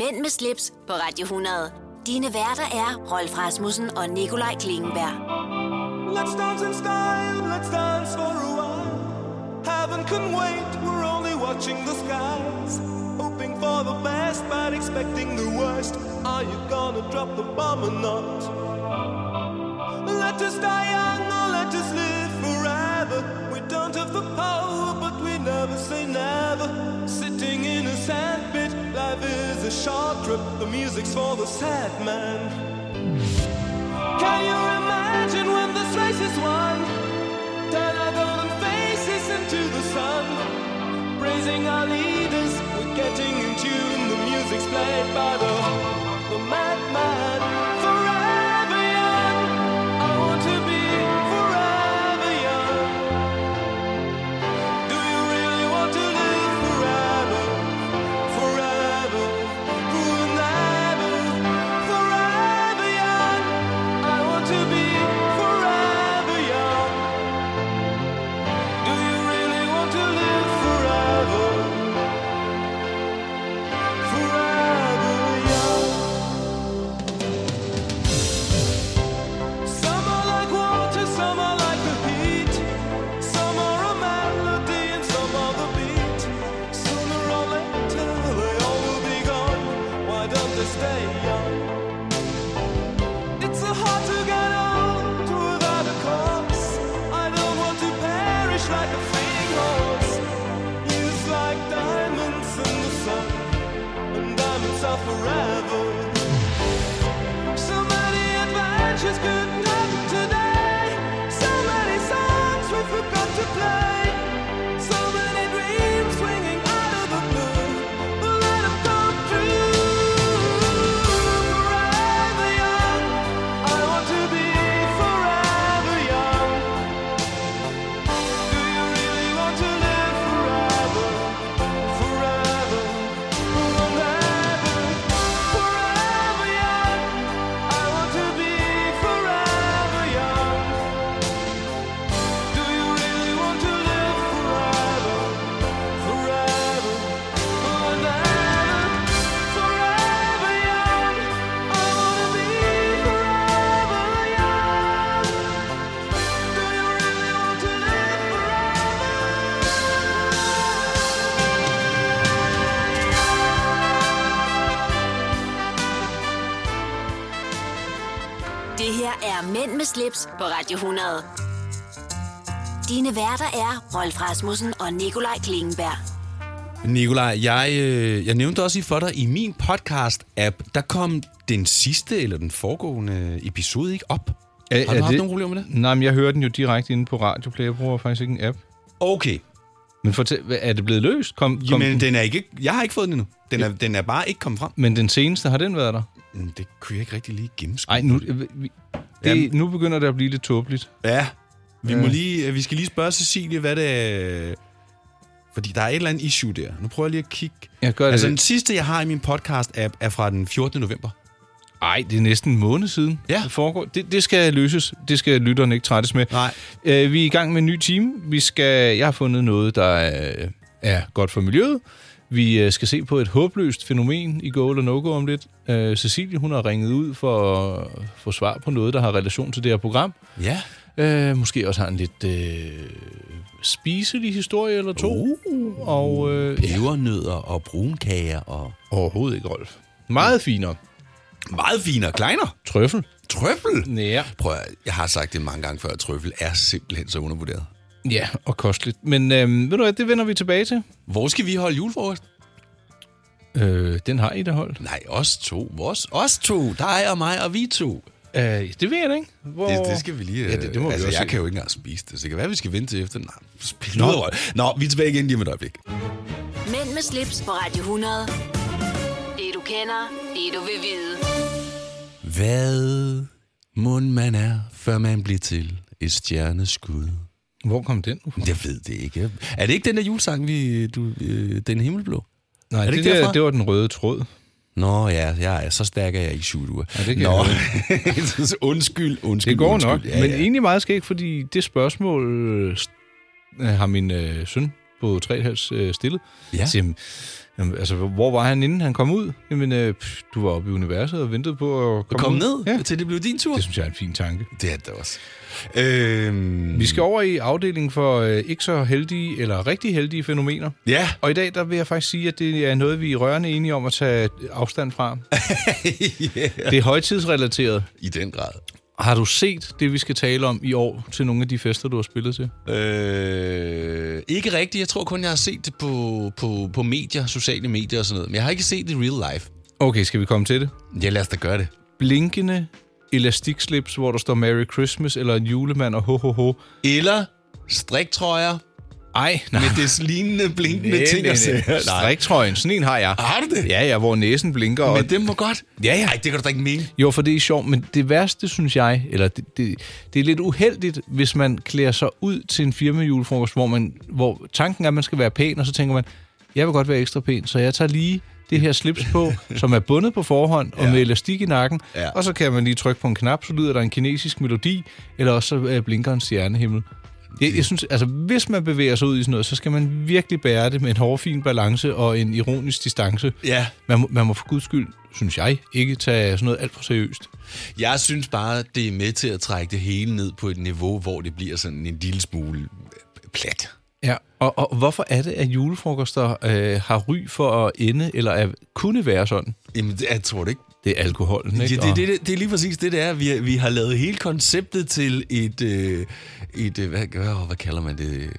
S1: Mænd med slips på Radio 100. Dine værter er Rolf Rasmussen og Nikolaj Klingenberg.
S8: Let's dance in style, let's dance for a while. Heaven can wait, we're only watching the skies. Hoping for the best, but expecting the worst. Are you gonna drop the bomb or not? Let us die young or let us live forever. We don't have the power, but we never say never. Sitting in a sandpit, life is a short trip. The music's for the sad man. Can you imagine when this race is won? Turn our golden faces into the sun. Praising our leaders, we're getting in tune. The music's played by the the madman. Forever young, I want to be forever young. Do you really want to live forever? Forever, forever, forever young. I want to be forever young. Do you really want to live forever? Forever young. Some are like water, some are like the heat. Some are a melody and some are the beat. Sooner or later they all will be gone. Why don't they stay young? It's so hard to get old without a cause. I don't want to perish like a fleeing horse. Used like diamonds in the sun, and diamonds are forever. So many adventures couldn't happen today. So many songs we forgot to play. So many dreams swinging out of the blue. But let 'em come true. Forever young, I want to be forever young. Do you really want to live forever? Forever, forever, forever young. I want to be forever young. Do you really want to live forever? Forever, forever, forever young. I wanna be forever young. Do you really want to live
S1: Det her er Mænd med slips på Radio 100. Dine værter er Rolf Rasmussen og Nikolaj Klingenberg.
S2: Nikolaj, jeg, øh, jeg nævnte også i for dig, i min podcast-app, der kom den sidste eller den foregående episode ikke op.
S3: Er,
S2: Har du haft nogle problemer med
S3: det? Nej, men jeg hører den jo direkte inde på Radio Play. Jeg bruger faktisk ikke en app.
S2: Okay.
S3: Men fortæl, hvad- er det blevet løst? Kom, kom
S2: Jamen, den er ikke, jeg har ikke fået den endnu. Den er, den er bare ikke kommet frem.
S3: Men den seneste, har den været der?
S2: Mm, Det kunne jeg ikke rigtig lige gennemskue.
S3: Nej, nu, øh, vi- det,
S2: Jamen.
S3: nu begynder det at blive lidt tåbeligt.
S2: Ja, vi, må
S3: Ja.
S2: lige, øh, vi skal lige spørge Cecilie, hvad det er... øh, Fordi der er et eller andet issue der. Nu prøver jeg lige at kigge.
S3: Jeg gør det.
S2: altså, den sidste, jeg har i min podcast-app, er fra den 14. november.
S3: Nej, det er næsten en måned siden, ja. det foregår. Det, det skal løses. Det skal lytterne ikke trættes med.
S2: Nej.
S3: Øh, vi er i gang med en ny time. Vi skal, jeg har fundet noget, der øh, er godt for miljøet. Vi øh, skal se på et håbløst fænomen i Go eller No-Go om lidt. Øh, Cecilie, hun har ringet ud for at få svar på noget, der har relation til det her program.
S2: Ja.
S3: Øh, måske også har en lidt øh, spiselig historie eller
S2: Oh,
S3: to. Uh, og øh,
S2: Pebernødder og brunkager og...
S3: Overhovedet ikke, Rolf. Meget finere.
S2: Meget finere. Kleiner.
S3: Trøffel.
S2: Trøffel?
S3: Ja.
S2: Prøv at, jeg har sagt det mange gange før, at trøffel er simpelthen så undervurderet.
S3: Ja, og kosteligt. Men øh, ved du hvad, det vender vi tilbage til.
S2: Hvor skal vi holde julefrokost?
S3: Øh, den har I da holdt.
S2: Nej, os to. Vores, os to. Dig og mig og vi to.
S3: Øh, det ved jeg da ikke. Hvor...
S2: Det, det skal vi lige...
S3: Ja, det, det må
S2: altså,
S3: vi også
S2: jeg
S3: se.
S2: kan jo ikke engang spise det, så det kan være, vi skal vente til efter. Nej, spil noget rolle. Nå, vi er tilbage igen lige om et øjeblik.
S1: Mænd med slips på Radio 100. Det du kender, det du vil vide.
S2: Hvad mund man er, før man bliver til et stjerneskud?
S3: Hvor kom den? nu fra?
S2: Jeg ved det ikke. Er det ikke den der julesang, vi, du, øh, Den Himmelblå?
S3: Nej,
S2: er
S3: det,
S2: det
S3: det,
S2: ikke
S3: der,
S2: derfra?
S3: det var den røde tråd.
S2: Nå ja, jeg er, så stærk er jeg i syv uger.
S3: Ja, det kan
S2: Nå,
S3: jeg
S2: Så undskyld, undskyld,
S3: Det går
S2: undskyld.
S3: nok,
S2: Ja,
S3: men
S2: ja.
S3: egentlig meget skægt, fordi det spørgsmål øh, st- øh, har min øh, søn på 3,5 øh, stillet.
S2: Ja.
S3: Jeg Siger, "Jamen, jamen, altså, hvor var han, inden han kom ud? Jamen, øh, pff, du var oppe i universet og ventede på at
S2: Kom,
S3: komme
S2: kom
S3: ud.
S2: ned,
S3: Ja,
S2: ja. til det blev din tur.
S3: det synes jeg er en fin tanke.
S2: Det er det også. Øhm,
S3: Vi skal over i afdelingen for øh, ikke så heldige eller rigtig heldige fænomener.
S2: Ja,
S3: Og i dag, der vil jeg faktisk sige, at det er noget, vi er rørende enige om at tage afstand fra.
S2: yeah.
S3: Det er højtidsrelateret.
S2: i den grad.
S3: Har du set det, vi skal tale om i år til nogle af de fester, du har spillet til?
S2: Øh, ikke rigtigt. Jeg tror kun, jeg har set det på, på, på medier, sociale medier og sådan noget. Men jeg har ikke set det i real life.
S3: Okay, skal vi komme til det?
S2: Ja, lad os da gøre det.
S3: Blinkende elastikslips, hvor der står Merry Christmas, eller en julemand og ho, ho, ho.
S2: Eller striktrøjer
S3: Ej, nej.
S2: med des lignende blinkende
S3: Nej,
S2: ting
S3: nej, nej.
S2: og sager. Nej.
S3: Striktrøjen, sådan en har jeg.
S2: Har du det?
S3: Ja, ja, hvor næsen blinker. og-
S2: Men det må godt.
S3: Ja, ja.
S2: Ej, det kan du da ikke mene.
S3: Jo, for det er sjovt, men det værste, synes jeg, eller det, det, det er lidt uheldigt, hvis man klæder sig ud til en firmajulefrokost, hvor, man, hvor tanken er, at man skal være pæn, og så tænker man, jeg vil godt være ekstra pæn, så jeg tager lige det her slips på, som er bundet på forhånd og
S2: Ja.
S3: med elastik i nakken,
S2: Ja.
S3: ja. og så kan man lige trykke på en knap, så lyder der en kinesisk melodi, eller også så øh, blinker en stjernehimmel. Jeg, jeg synes, altså, hvis man bevæger sig ud i sådan noget, så skal man virkelig bære det med en hårfin balance og en ironisk distance.
S2: Ja.
S3: Man må, man må for guds skyld, synes jeg, ikke tage sådan noget alt for seriøst.
S2: Jeg synes bare, det er med til at trække det hele ned på et niveau, hvor det bliver sådan en lille smule plat.
S3: Ja, og, og hvorfor er det, at julefrokoster øh, har ry for at ende, eller at kunne være sådan?
S2: Jamen, det- jeg tror det ikke.
S3: Det er alkoholen, ikke?
S2: Ja, det, det, det, det er lige præcis det, det er. Vi, vi har lavet hele konceptet til et, øh, et øh, hvad, hvad, hvad kalder man det,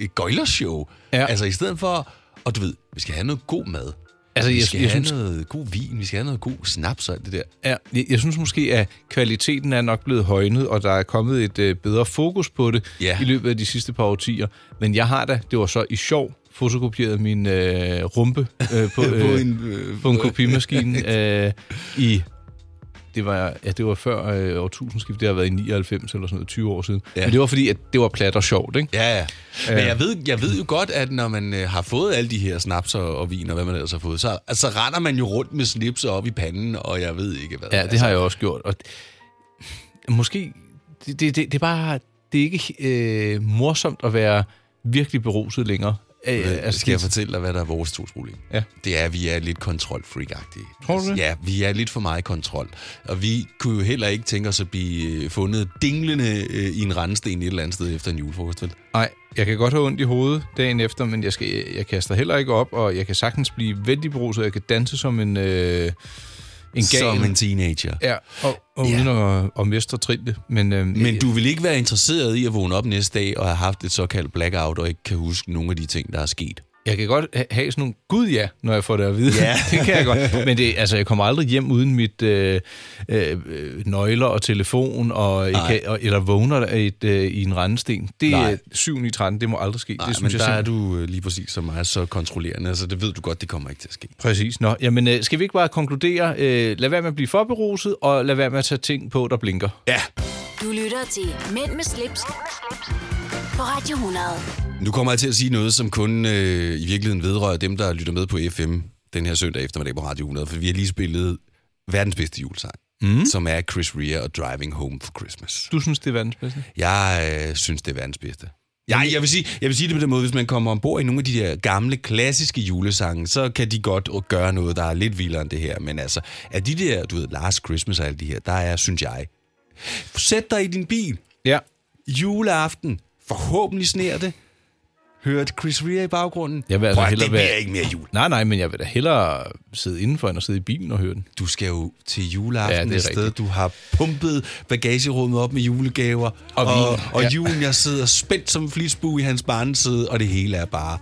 S2: et gøjlershow. Ja.
S3: Ja.
S2: Altså i stedet for, og du ved, vi skal have noget god mad.
S3: Altså,
S2: vi
S3: jeg-
S2: skal
S3: jeg
S2: have
S3: synes-
S2: noget god vin, vi skal have noget god snaps og alt det der.
S3: Og, ja, jeg, jeg synes måske, at kvaliteten er nok blevet højnet, og der er kommet et øh, bedre fokus på det
S2: Ja.
S3: i løbet af de sidste par årtier. Men jeg har da, det var så i sjov, fotokopieret min øh, rumpe øh, på, øh, på, en,
S2: øh,
S3: på en kopimaskine øh, i... Det var, ja, det var før øh, årtusindskiftet, det har været i 99 eller sådan noget, 20 år siden.
S2: Ja.
S3: Ja. Men det var fordi, at det var plat og sjovt, ikke?
S2: Ja, ja. Men
S3: Øh.
S2: jeg ved, jeg ved jo godt, at når man øh, har fået alle de her snaps og, og vin og hvad man ellers har fået, så altså, render man jo rundt med slips op i panden, og jeg ved ikke hvad.
S3: Ja, det
S2: altså,
S3: har jeg også gjort. Og måske, det, det, det, det er bare, det er ikke øh, morsomt at være virkelig beruset længere. Øh,
S2: Øh, altså, skal jeg fortælle dig, hvad der er vores to problem?
S3: Ja.
S2: Det er, at vi er lidt kontrolfreak-agtige.
S3: Tror du det?
S2: Ja, vi er lidt for meget kontrol. Og vi kunne jo heller ikke tænke os at blive øh, fundet dinglende øh, i en rendesten et eller andet sted efter en julefrokost, vel?
S3: Nej, jeg kan godt have ondt i hovedet dagen efter, men jeg, skal, jeg kaster heller ikke op, og jeg kan sagtens blive vældig beruset, og jeg kan danse som en, øh, en gal.
S2: Som en teenager.
S3: Ja, og, og uden at, at mestre trille. Men, øh,
S2: Men du vil ikke være interesseret i at vågne op næste dag og have haft et såkaldt blackout og ikke kan huske nogle af de ting, der er sket.
S3: Jeg kan godt ha- have sådan nogle, gud ja, når jeg får det at vide.
S2: Ja.
S3: det kan jeg godt. Men det, altså, jeg kommer aldrig hjem uden mit øh, øh, øh, nøgler og telefon, og, jeg kan, og eller vågner et, øh, i en rendesten. Det
S2: Nej.
S3: er 7 i 13, det må aldrig ske.
S2: Nej,
S3: det
S2: men der
S3: simpelthen-
S2: er du øh, lige præcis som mig så kontrollerende, altså det ved du godt, det kommer ikke til at ske.
S3: Præcis. Nå, jamen, øh, skal vi ikke bare konkludere, øh, lad være med at blive for beruset, og lad være med at tage ting på, der blinker.
S2: Ja.
S1: Du lytter til Mænd med slips, på Radio 100.
S2: Nu kommer jeg til at sige noget, som kun øh, i virkeligheden vedrører dem, der lytter med på FM den her søndag eftermiddag på Radio 100, for vi har lige spillet verdens bedste julesang, mm. som er Chris Rea og Driving Home for Christmas.
S3: Du synes, det er verdens bedste?
S2: Jeg øh, synes, det er verdens bedste. Ja, jeg vil, sige, jeg vil sige det på den måde, hvis man kommer ombord i nogle af de der gamle, klassiske julesange, så kan de godt gøre noget, der er lidt vildere end det her. Men altså, af de der, du ved, Last Christmas og alle de her, der er, synes jeg, sæt dig i din bil,
S3: Ja.
S2: juleaften, forhåbentlig sner det, hør et Chris Rea i baggrunden.
S3: Jeg vil altså
S2: Prøv at,
S3: hellere
S2: det bliver
S3: være-
S2: ikke mere jul.
S3: Nej, nej, men jeg vil da hellere sidde indenfor, end at sidde i bilen og høre den.
S2: Du skal jo til juleaften
S3: Ja, det
S2: ja,
S3: er
S2: et sted,
S3: rigtigt.
S2: du har pumpet bagagerummet op med julegaver,
S3: Og
S2: og,
S3: vin.
S2: og, og
S3: Ja.
S2: julen, jeg sidder spændt som en flisbue i hans barneside, og det hele er bare...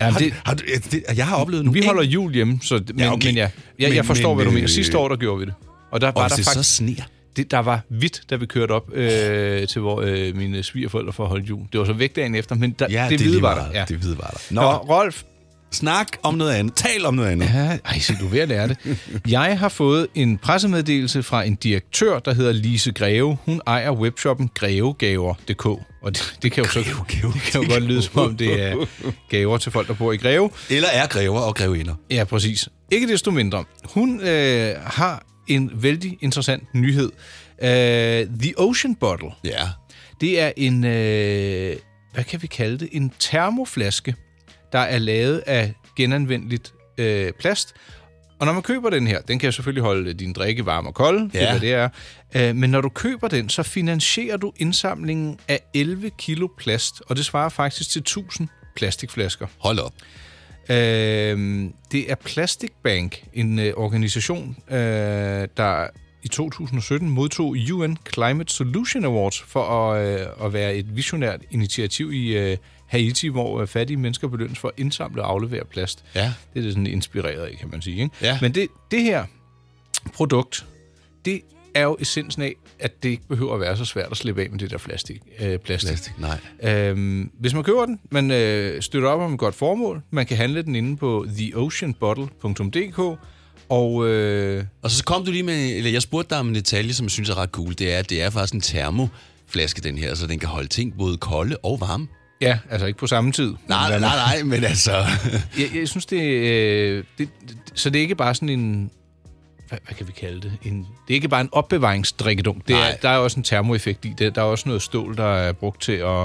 S3: Jamen,
S2: Det, har, du, ja, det, jeg har oplevet nu.
S3: Vi holder jul hjemme, så, men, ja,
S2: okay.
S3: okay. men ja, jeg,
S2: Men-
S3: jeg forstår, men,
S2: men,
S3: hvad du mener.
S2: øh,
S3: Sidste år, der gjorde vi det. Og der
S2: og
S3: var
S2: hvis
S3: der
S2: det
S3: faktisk...
S2: så sner.
S3: Det, der var hvidt, da vi kørte op øh, til hvor, øh, mine svigerforældre for at holde jul. Det var så væk dagen efter, men der,
S2: Ja,
S3: det,
S2: det er
S3: hvide
S2: lige
S3: var
S2: meget.
S3: der. Ja.
S2: Det hvide var der.
S3: Nå,
S2: Nå,
S3: Nå, Rolf.
S2: snak om noget andet. Tal om noget andet.
S3: Ja, ej, se, du er ved at lære det. Jeg har fået en pressemeddelelse fra en direktør, der hedder Lise Greve. Hun ejer webshoppen grevegaver.dk. Og det, det kan jo så
S2: Grevegaver.dk.
S3: det kan jo godt lyde, som om det er gaver til folk, der bor i Greve.
S2: Eller er grever og grevinder.
S3: Ja, præcis. Ikke desto mindre. Hun øh, har en vældig interessant nyhed. Øh, The Ocean Bottle.
S2: Ja.
S3: Det er en, øh, hvad kan vi kalde det? En termoflaske, der er lavet af genanvendeligt øh, plast. Og når man køber den her, den kan selvfølgelig holde din drikke varm og kold, ja. det
S2: Ja.
S3: er, hvad det er. Øh, men når du køber den, så finansierer du indsamlingen af 11 kilo plast, og det svarer faktisk til 1000 plastikflasker.
S2: Hold op.
S3: Øh, det er Plastic Bank, en øh, organisation, øh, der i 2017 modtog UN Climate Solution Awards for at, øh, at være et visionært initiativ i øh, Haiti, hvor øh, fattige mennesker belønnes for at indsamle og aflevere plast.
S2: Ja.
S3: Det er det sådan inspireret af, kan man sige. Ikke?
S2: Ja.
S3: Men det, det her produkt, det er jo essensen af, at det ikke behøver at være så svært at slippe af med det der plastik. Øh, plastik.
S2: Plastik, nej.
S3: Øhm, hvis man køber den, man øh, støtter op om et godt formål. Man kan handle den inde på theoceanbottle.dk. Og øh,
S2: Og så kom du lige med, eller jeg spurgte dig om en detalje, som jeg synes er ret cool. Det er, at det er faktisk en termoflaske, den her, så den kan holde ting både kolde og varme.
S3: ja, altså ikke på samme tid.
S2: Nej, nej, nej, nej, men altså...
S3: Jeg, jeg synes, det, øh, det, det... Så det er ikke bare sådan en... Hvad, hvad kan vi kalde det? En, det er ikke bare en opbevaringsdrikkedunk. Det er,
S2: Nej.
S3: der er også en termoeffekt i det. Der er også noget stål, der er brugt til at,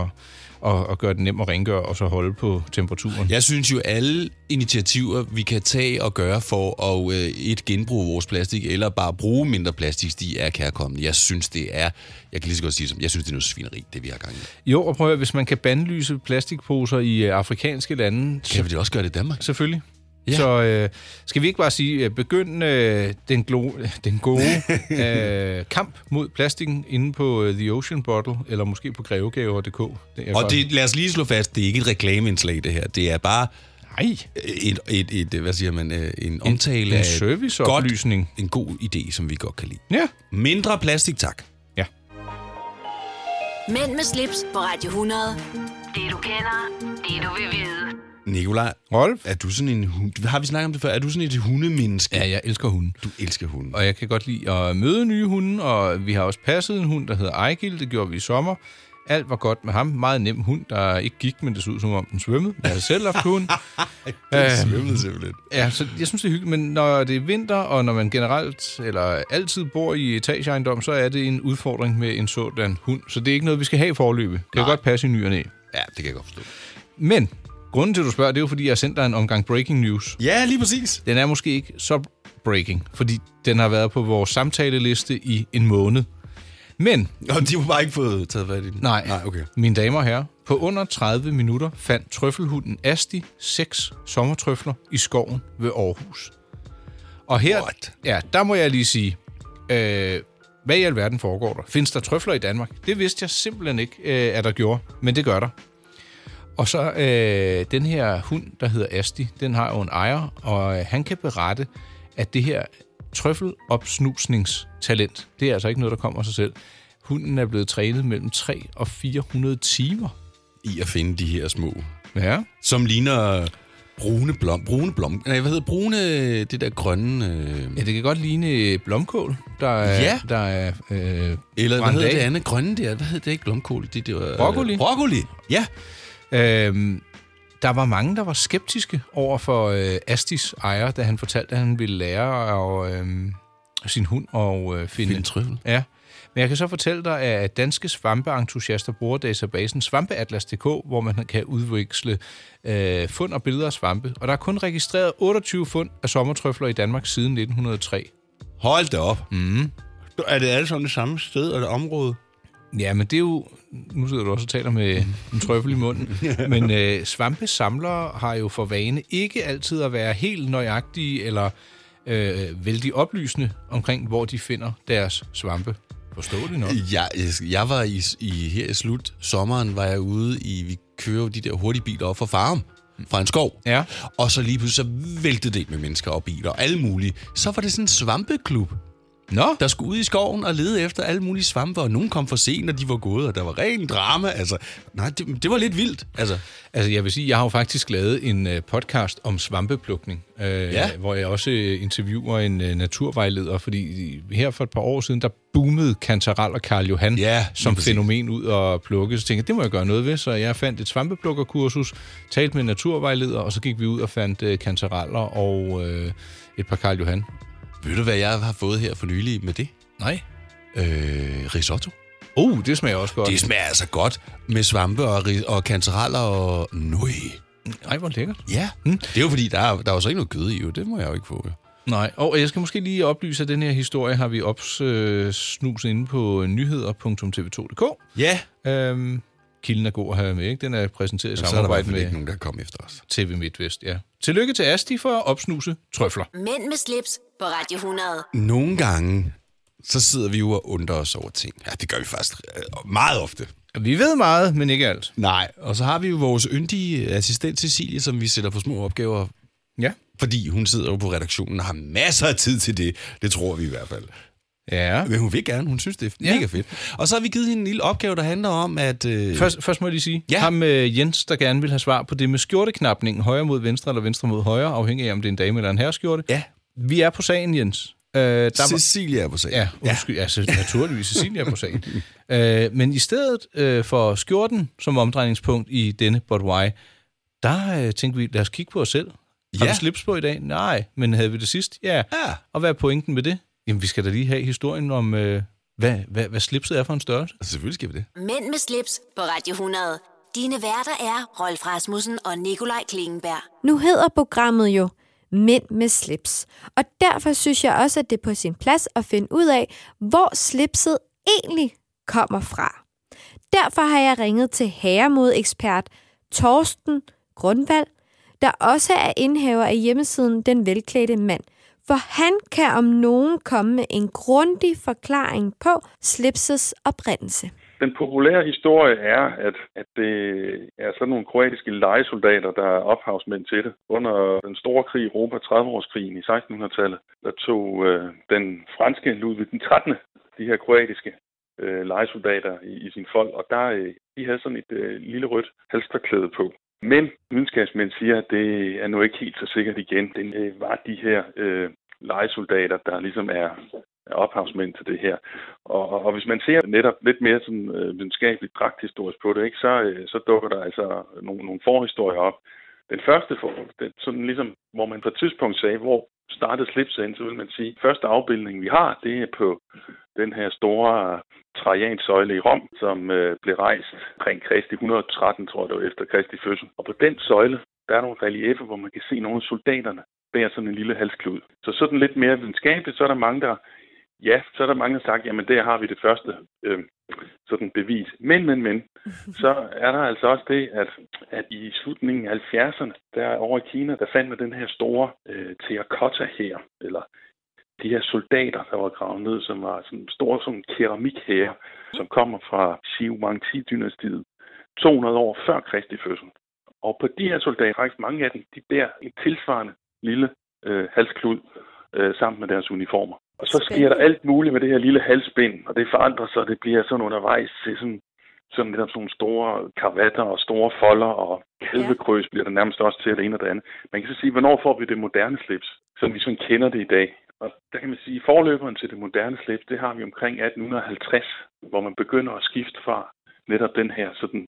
S3: at, at gøre det nemt at rengøre, og så holde på temperaturen.
S2: Jeg synes jo, alle initiativer, vi kan tage og gøre for at øh, et genbruge vores plastik, eller bare bruge mindre plastik, de er kærkommende. Jeg synes, det er... Jeg kan lige så godt sige det som... Jeg synes, det er noget svineri, det vi har gang i.
S3: Jo, og prøv at høre, hvis man kan bandlyse plastikposer i øh, afrikanske lande, så
S2: Kan vi det også gøre det i Danmark?
S3: Selvfølgelig.
S2: Ja.
S3: Ja. Så øh, skal vi ikke bare sige, øh, begynd øh, den, glo- den gode øh, kamp mod plastikken inde på øh, The Ocean Bottle, eller måske på grevegaver.dk. Det er
S2: Og
S3: faktisk-
S2: det, lad os lige slå fast, det er ikke et reklameindslag, det her. Det er bare
S3: Nej.
S2: et, et, et hvad siger man, øh, en omtale
S3: en
S2: af... et
S3: serviceoplysning.
S2: Godt, en god idé, som vi godt kan lide.
S3: Ja.
S2: Mindre plastik, tak.
S3: Ja.
S1: Mænd med slips på Radio 100. Det du kender, det du vil vide.
S2: Nikolaj,
S3: Rolf?
S2: er du sådan en hund... Har vi snakket om det før? Er du sådan et hundemenneske?
S3: Ja, jeg elsker hunden.
S2: Du elsker hunde.
S3: Og jeg kan godt lide at møde nye hunde, og vi har også passet en hund, der hedder Ejgil. Det gjorde vi i sommer. Alt var godt med ham. Meget nem hund, der ikke gik, men det så ud som om den svømmede. Jeg har selv haft hund.
S2: Den svømmede simpelthen.
S3: Ja, så jeg synes, det er hyggeligt, men når det er vinter, og når man generelt eller altid bor i etageejendom, så er det en udfordring med en sådan hund. Så det er ikke noget, vi skal have i forløbet. Det kan jo godt passe i ny og næ.
S2: Ja, det kan jeg godt forstå.
S3: Men grunden til, at du spørger, det er jo, fordi jeg har sendt dig en omgang breaking news.
S2: Ja, lige præcis.
S3: Den er måske ikke så breaking, fordi den har været på vores samtaleliste i en måned. Men
S2: Og de har bare ikke fået taget fat i den.
S3: Nej.
S2: Nej, okay.
S3: Mine damer og herrer, på under 30 minutter fandt trøffelhunden Asti seks sommertrøfler i skoven ved Aarhus. Og her,
S2: What?
S3: ja, der må jeg lige sige, øh, hvad i alverden foregår der? Findes der trøfler i Danmark? Det vidste jeg simpelthen ikke, øh, at der gjorde, men det gør der. Og så øh, den her hund, der hedder Asti, den har jo en ejer, og øh, han kan berette, at det her trøffelopsnusningstalent, det er altså ikke noget, der kommer af sig selv. Hunden er blevet trænet mellem 3 og 400 timer.
S2: I at finde de her små,
S3: Ja.
S2: som ligner brune blom... Brune blom... Nej, hvad hedder brune... Det der grønne... Øh,
S3: ja, det kan godt ligne øh, blomkål, der er,
S2: Ja.
S3: der er øh,
S2: eller hvad
S3: brændt
S2: hedder
S3: af.
S2: det andet grønne der? Hvad hedder det ikke? Blomkål? Det, det var,
S3: Broccoli.
S2: broccoli. Ja.
S3: Øhm, der var mange, der var skeptiske over for øh, Astis ejer, da han fortalte, at han ville lære og, øh, sin hund og øh, finde...
S2: Finde trøffel.
S3: Ja. Men jeg kan så fortælle dig, at danske svampeentusiaster bruger databasen svampeatlas.dk, hvor man kan udveksle øh, fund og billeder af svampe. Og der er kun registreret 28 fund af sommertrøfler i Danmark siden 1903.
S2: Hold da op. Mm. Er det alle sammen det samme sted og det område?
S3: Ja, men det er jo... Nu sidder du også og taler med en trøffel i munden. Men øh, svampesamlere har jo for vane ikke altid at være helt nøjagtige eller øh, vældig oplysende omkring, hvor de finder deres svampe. Forståeligt nok.
S2: Jeg, jeg, jeg var i, i, her i slut sommeren, var jeg ude i, vi kører jo de der hurtige biler op fra farm, fra en skov.
S3: Ja.
S2: Og så lige pludselig så væltede det med mennesker og biler og alle mulige. Så var det sådan en svampeklub,
S3: Nå,
S2: der skulle ud i skoven og lede efter alle mulige svampe, og nogen kom for sent, og de var gået, og der var ren drama. Altså, nej, det, det var lidt vildt. Altså,
S3: Altså, jeg vil sige, jeg har jo faktisk lavet en øh, podcast om svampeplukning, øh,
S2: Ja.
S3: hvor jeg også øh, interviewer en øh, naturvejleder, fordi her for et par år siden, der boomede kantarel og Karl Johan
S2: Ja, lige
S3: som
S2: præcis.
S3: fænomen ud og plukke. Så tænkte jeg, det må jeg gøre noget ved, så jeg fandt et svampeplukkerkursus, talte med en naturvejleder, og så gik vi ud og fandt øh, kantareller og øh, et par Karl Johan.
S2: ved du, hvad jeg har fået her for nylig med det?
S3: Nej.
S2: Øh, risotto.
S3: Uh, det smager også godt.
S2: Det smager altså godt med svampe og, ris- og kantereller og... Nøj.
S3: Ej, hvor lækkert.
S2: Ja, det er jo fordi, der er, der er jo så ikke noget kød i, jo. det må jeg jo ikke få. Jo.
S3: Nej, og jeg skal måske lige oplyse, at den her historie har vi opsnuset inde på nyheder.tv2.dk.
S2: Ja,
S3: Øhm, kilden er god at have med, ikke? Den er præsenteret i
S2: så er der i hvert
S3: samarbejde
S2: fald
S3: med
S2: ikke nogen, der kommer efter os.
S3: TV MidtVest, ja. Tillykke til Asti for at opsnuse trøfler.
S1: Mænd med slips på Radio 100.
S2: Nogle gange, så sidder vi jo og undrer os over ting. Ja, det gør vi faktisk øh, meget ofte.
S3: Vi ved meget, men ikke alt.
S2: Nej, og så har vi jo vores yndige assistent Cecilie, som vi sætter på små opgaver.
S3: Ja.
S2: Fordi hun sidder jo på redaktionen og har masser af tid til det. Det tror vi i hvert fald.
S3: Ja.
S2: Men hun vil gerne. Hun synes, det er
S3: Ja.
S2: mega fedt. Og så har vi givet hende en lille opgave, der handler om, at... Øh,
S3: Først, først må jeg lige sige,
S2: Ja.
S3: ja. ham øh, Jens, der gerne vil have svar på det med skjorteknapningen, højre mod venstre eller venstre mod højre, afhængig af om det er en dame eller en herreskjorte.
S2: Ja.
S3: Vi er på sagen, Jens. Øh, der var-
S2: Cecilie er på sagen.
S3: Ja, undskyld, ja. altså naturligvis Cecilia er på sagen. Øh, men i stedet øh, for skjorten som omdrejningspunkt i denne But Why, der øh, tænkte vi, lad os kigge på os selv. Har
S2: Ja.
S3: vi slips på i dag? Nej, men havde vi det sidst? Ja.
S2: Ja.
S3: Og hvad er pointen med det? Jamen, vi skal da lige have historien om, øh, hvad, hvad, hvad slipset er for en størrelse.
S2: Altså, selvfølgelig skal vi det.
S1: Mænd med slips på Radio 100. Dine værter er Rolf Rasmussen og Nikolaj Klingenberg.
S9: Nu hedder programmet jo Mænd med slips. Og derfor synes jeg også, at det er på sin plads at finde ud af, hvor slipset egentlig kommer fra. Derfor har jeg ringet til herremodekspert Torsten Grundvald, der også er indhaver af hjemmesiden Den Velklædte Mand. For han kan om nogen komme med en grundig forklaring på slipsets oprindelse.
S10: Den populære historie er, at, at det er sådan nogle kroatiske legesoldater, der er ophavsmænd til det. Under den store krig i Europa, 30-årskrigen i 1600-tallet, der tog øh, den franske Ludvig den 13. de her kroatiske øh, legesoldater i, i sin folk, og der øh, de havde sådan et øh, lille rødt halsterklæde på. Men videnskabsmænd siger, at det er nu ikke helt så sikkert igen. Det øh, var de her øh, legesoldater, der ligesom er, er ophavsmænd til det her. Og, og, og hvis man ser netop lidt mere sådan, øh, videnskabeligt pragthistorisk på det, ikke, så, øh, så dukker der altså nogle, nogle forhistorier op. Den første for, den, sådan ligesom, hvor man på et tidspunkt sagde, hvor startede slips ind, så vil man sige, at første afbildning, vi har, det er på den her store trajansøjle i Rom, som øh, blev rejst omkring Kristi 113, tror jeg det var, efter Kristi fødsel. Og på den søjle, der er nogle reliefer, hvor man kan se nogle af soldaterne bærer sådan en lille halsklud. Så sådan lidt mere videnskabeligt, så er der mange, der Ja, så er der mange, der har sagt, jamen der har vi det første øh, sådan bevis. Men, men, men, så er der altså også det, at, at i slutningen af 70'erne, der over i Kina, der fandt man den her store øh, terracotta her, eller de her soldater, der var gravet ned, som var sådan store som keramik her, som kommer fra Xiu dynastiet 200 år før Kristi fødsel. Og på de her soldater, faktisk mange af dem, de bærer en tilsvarende lille øh, halsklud øh, sammen med deres uniformer. Og så sker der alt muligt med det her lille halsbind, og det forandrer sig, og det bliver sådan undervejs til sådan, sådan lidt om sådan nogle store karvatter og store folder, og kalvekrøs bliver der nærmest også til at det ene og det andet. Man kan så sige, hvornår får vi det moderne slips, som vi sådan kender det i dag? Og der kan man sige, at forløberen til det moderne slips, det har vi omkring 1850, hvor man begynder at skifte fra netop den her sådan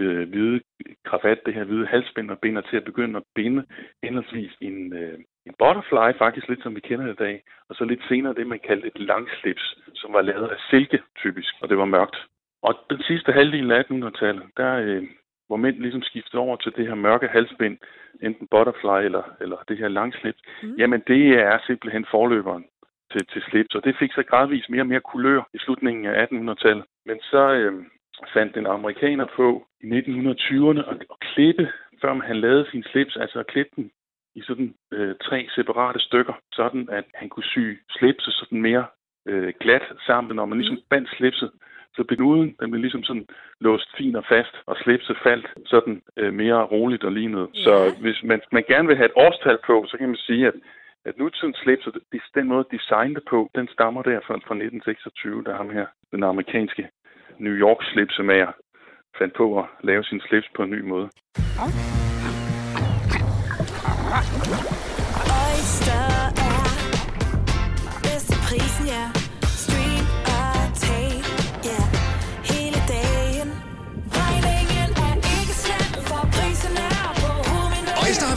S10: øh, hvide kravat, det her hvide halsbind og binder til at begynde at binde henholdsvis en, øh, en butterfly, faktisk lidt som vi kender det i dag, og så lidt senere det, man kaldte et langslips, som var lavet af silke typisk, og det var mørkt. Og den sidste halvdel af 1800-tallet, der, øh, hvor mænd ligesom skiftede over til det her mørke halsbind, enten butterfly eller, eller det her langslips, mm. jamen det er simpelthen forløberen til, til slips, og det fik så gradvist mere og mere kulør i slutningen af 1800-tallet. Men så øh, fandt en amerikaner på i 1920'erne at, at klippe, før han lavede sin slips, altså at klippe den i sådan øh, tre separate stykker, sådan at han kunne sy slipset sådan mere øh, glat sammen. Når man ligesom bandt slipset, så blev knuden, den blev ligesom sådan låst fint og fast, og slipset faldt sådan øh, mere roligt og lignede. Ja. Så hvis man, man gerne vil have et årstal på, så kan man sige, at at nutidens slips, og det- den måde, de designede på, den stammer der fra, fra 1926, der ham her, den amerikanske New York slipsemager, fandt på at lave sin slips på en ny måde.
S11: Oyster er bedst til prisen, ja. Stream og tag, ja. Hele dagen. Regningen er ikke slem, for prisen er på hovedet.
S4: Øjster har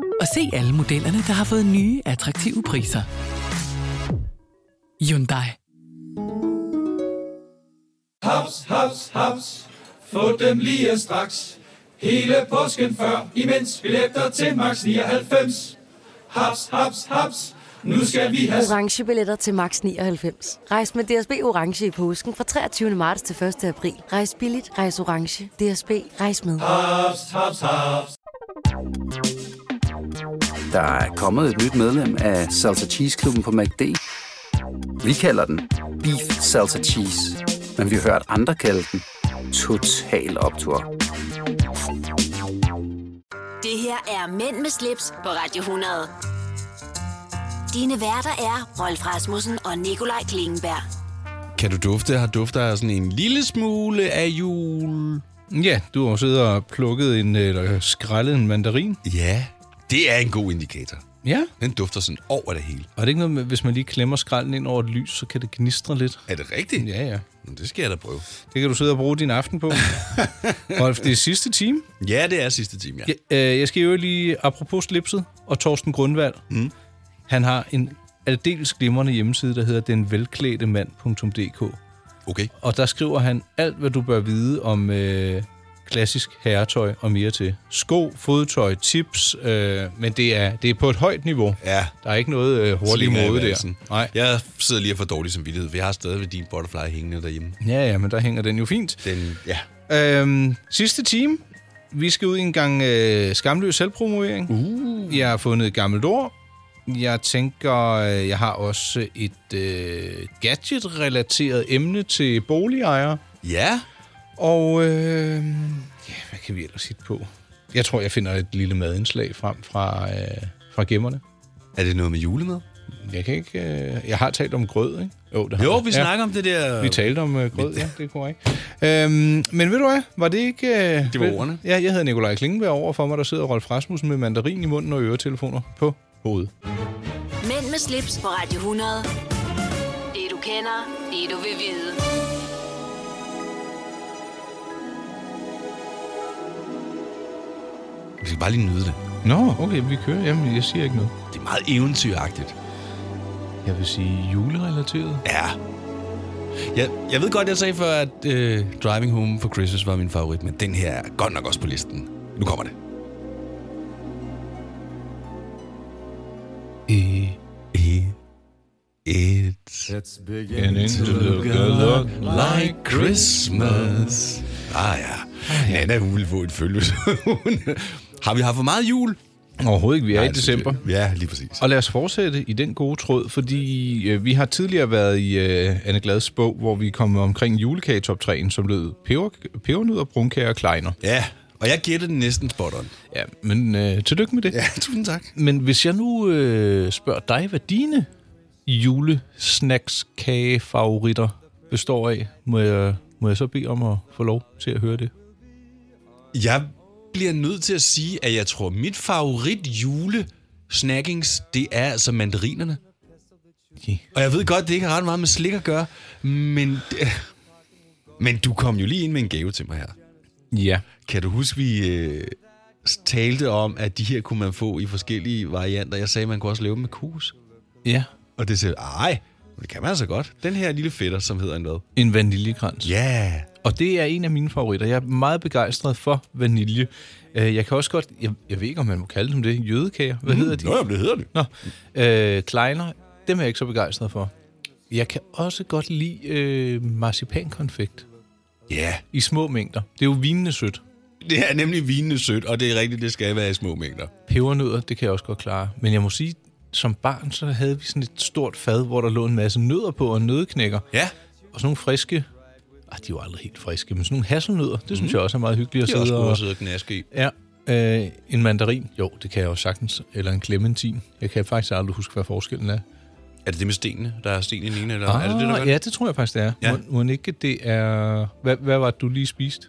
S8: og se alle modellerne, der har fået nye, attraktive priser. Hyundai.
S7: Haps, haps, haps. Få dem lige straks. Hele påsken før, imens billetter til max 99. Haps, haps, haps. Nu skal vi have...
S9: orange billetter til max 99. Rejs med DSB orange i påsken fra 23. marts til 1. april. Rejs billigt, rejs orange. DSB rejs med.
S7: Haps, haps, haps.
S12: Der er kommet et nyt medlem af Salsa Cheese Klubben på MACD. Vi kalder den Beef Salsa Cheese, men vi har hørt andre kalde den Total Optor.
S1: Det her er Mænd med slips på Radio 100. Dine værter er Rolf Rasmussen og Nikolaj Klingenberg.
S2: Kan du dufte? Har dufter af sådan en lille smule af jul?
S3: Ja, du har jo siddet og plukket en, eller skrællet en mandarin.
S2: Ja, det er en god indikator.
S3: Ja.
S2: Den dufter sådan over det hele.
S3: Og er det ikke noget med, hvis man lige klemmer skralden ind over et lys, så kan det gnistre lidt?
S2: Er det rigtigt?
S3: Ja, ja.
S2: Men det skal jeg da prøve.
S3: Det kan du sidde og bruge din aften på. Rolf, det er sidste time.
S2: Ja, det er sidste time, ja.
S3: Jeg, øh, jeg skal jo lige, apropos slipset og Torsten Grundvald. Mm. Han har en aldeles glimrende hjemmeside, der hedder denvelklædemand.dk.
S2: Okay.
S3: Og der skriver han alt, hvad du bør vide om øh, klassisk herretøj og mere til. Sko, fodtøj, tips, øh, men det er, det er på et højt niveau.
S2: Ja.
S3: Der er ikke noget øh, hurtig
S2: Slinger i
S3: mode der.
S2: valsen. Jeg sidder lige og får dårlig samvittighed, for jeg har stadigvæk din butterfly hængende derhjemme.
S3: Ja, ja, men der hænger den jo fint.
S2: Den, ja.
S3: Øhm, sidste time. Vi skal ud i en gang øh, skamløs selvpromovering.
S2: Uh.
S3: Jeg har fundet et gammelt ord. Jeg tænker, øh, jeg har også et øh, gadget-relateret emne til boligejere.
S2: Ja.
S3: Og øh, ja, hvad kan vi ellers hitte på? Jeg tror, jeg finder et lille madindslag frem fra, øh, fra gemmerne.
S2: Er det noget med julemad?
S3: Jeg kan ikke... Øh, jeg har talt om grød, ikke? Jo, det har
S2: Jo,
S3: jeg.
S2: vi snakker om det der-
S3: Vi talte om øh, grød, ja, det er korrekt. Øhm, men ved du hvad, var det ikke... Øh,
S2: Det var
S3: ved-
S2: ordene.
S3: Ja, jeg hedder Nikolaj Klingenberg over for mig, der sidder Rolf Rasmussen med mandarin i munden og øretelefoner på hovedet.
S1: Mænd med slips på Radio 100. Det du kender, det du vil vide.
S2: Vi skal bare lige nyde det.
S3: Nå, okay, vi kører. Jamen, jeg siger ikke noget.
S2: Det er meget eventyragtigt.
S3: Jeg vil sige julerelateret.
S2: Ja. Jeg, jeg ved godt, jeg sagde før, at øh, Driving Home for Christmas var min favorit, men den her er godt nok også på listen. Nu kommer det.
S3: E.
S2: E. It's,
S13: It's
S2: beginning to look a lot like Christmas. Ah ja, Nana Hul på en følelse. Har vi haft for meget jul?
S3: Overhovedet ikke, vi er i
S2: det
S3: december.
S2: synes jeg- Ja, lige præcis.
S3: Og lad os fortsætte i den gode tråd, fordi øh, vi har tidligere været i øh, Anne Glads bog, hvor vi kom omkring julekagetop 3, som lød peber, pebernødder, brunkager og kleiner.
S2: Ja, og jeg gættede den næsten spot on.
S3: Ja, men øh, tillykke med det. Ja,
S2: tusind tak.
S3: Men hvis jeg nu øh, spørger dig, hvad dine julesnackskagefavoritter består af, må jeg, må jeg så bede om at få lov til at høre det?
S2: Jeg bliver nødt til at sige, at jeg tror, mit favorit jule snackings, det er altså mandarinerne.
S3: Okay.
S2: Og jeg ved godt, det ikke har ret meget med slik at gøre, men, men du kom jo lige ind med en gave til mig her.
S3: Ja.
S2: Kan du huske, vi øh, talte om, at de her kunne man få i forskellige varianter. Jeg sagde, at man kunne også lave dem med kos.
S3: Ja.
S2: Og det sagde, ej, men det kan man altså godt. Den her lille fætter, som hedder en hvad?
S3: En vaniljekrans.
S2: Ja. Yeah.
S3: Og det er en af mine favoritter. Jeg er meget begejstret for vanilje. Øh, Jeg kan også godt... Jeg, jeg ved ikke, om man må kalde dem det. Jødekager. Hvad
S2: Mm,
S3: hedder de?
S2: nå, jamen, det hedder det.
S3: Nå. Øh, kleiner. Dem er jeg ikke så begejstret for. Jeg kan også godt lide øh, marcipankonfekt.
S2: Ja. Yeah.
S3: I små mængder. Det er jo vinende sødt.
S2: Det er nemlig vinende sødt, og det er rigtigt, det skal være i små mængder.
S3: Pebernødder, det kan jeg også godt klare. Men jeg må sige, som barn, så havde vi sådan et stort fad, hvor der lå en masse nødder på og nødeknækker.
S2: Ja.
S3: Og sådan nogle friske... Ah, de var aldrig helt friske, men sådan nogle hasselnødder, det synes
S2: Mm.
S3: jeg også er meget hyggeligt at
S2: Det er også
S3: sidde
S2: gode
S3: og...
S2: at sidde og gnaske i.
S3: Ja. Øh, en mandarin, jo, det kan jeg jo sagtens. Eller en clementin. Jeg kan faktisk aldrig huske, hvad forskellen er.
S2: Er det det med stenene? Der er sten i den ene, eller
S3: Ah,
S2: er det det, der gør
S3: ja, det tror jeg faktisk, det er.
S2: Ja.
S3: Ja. Må, må ikke, det er... Hvad, hvad var det, du lige spiste?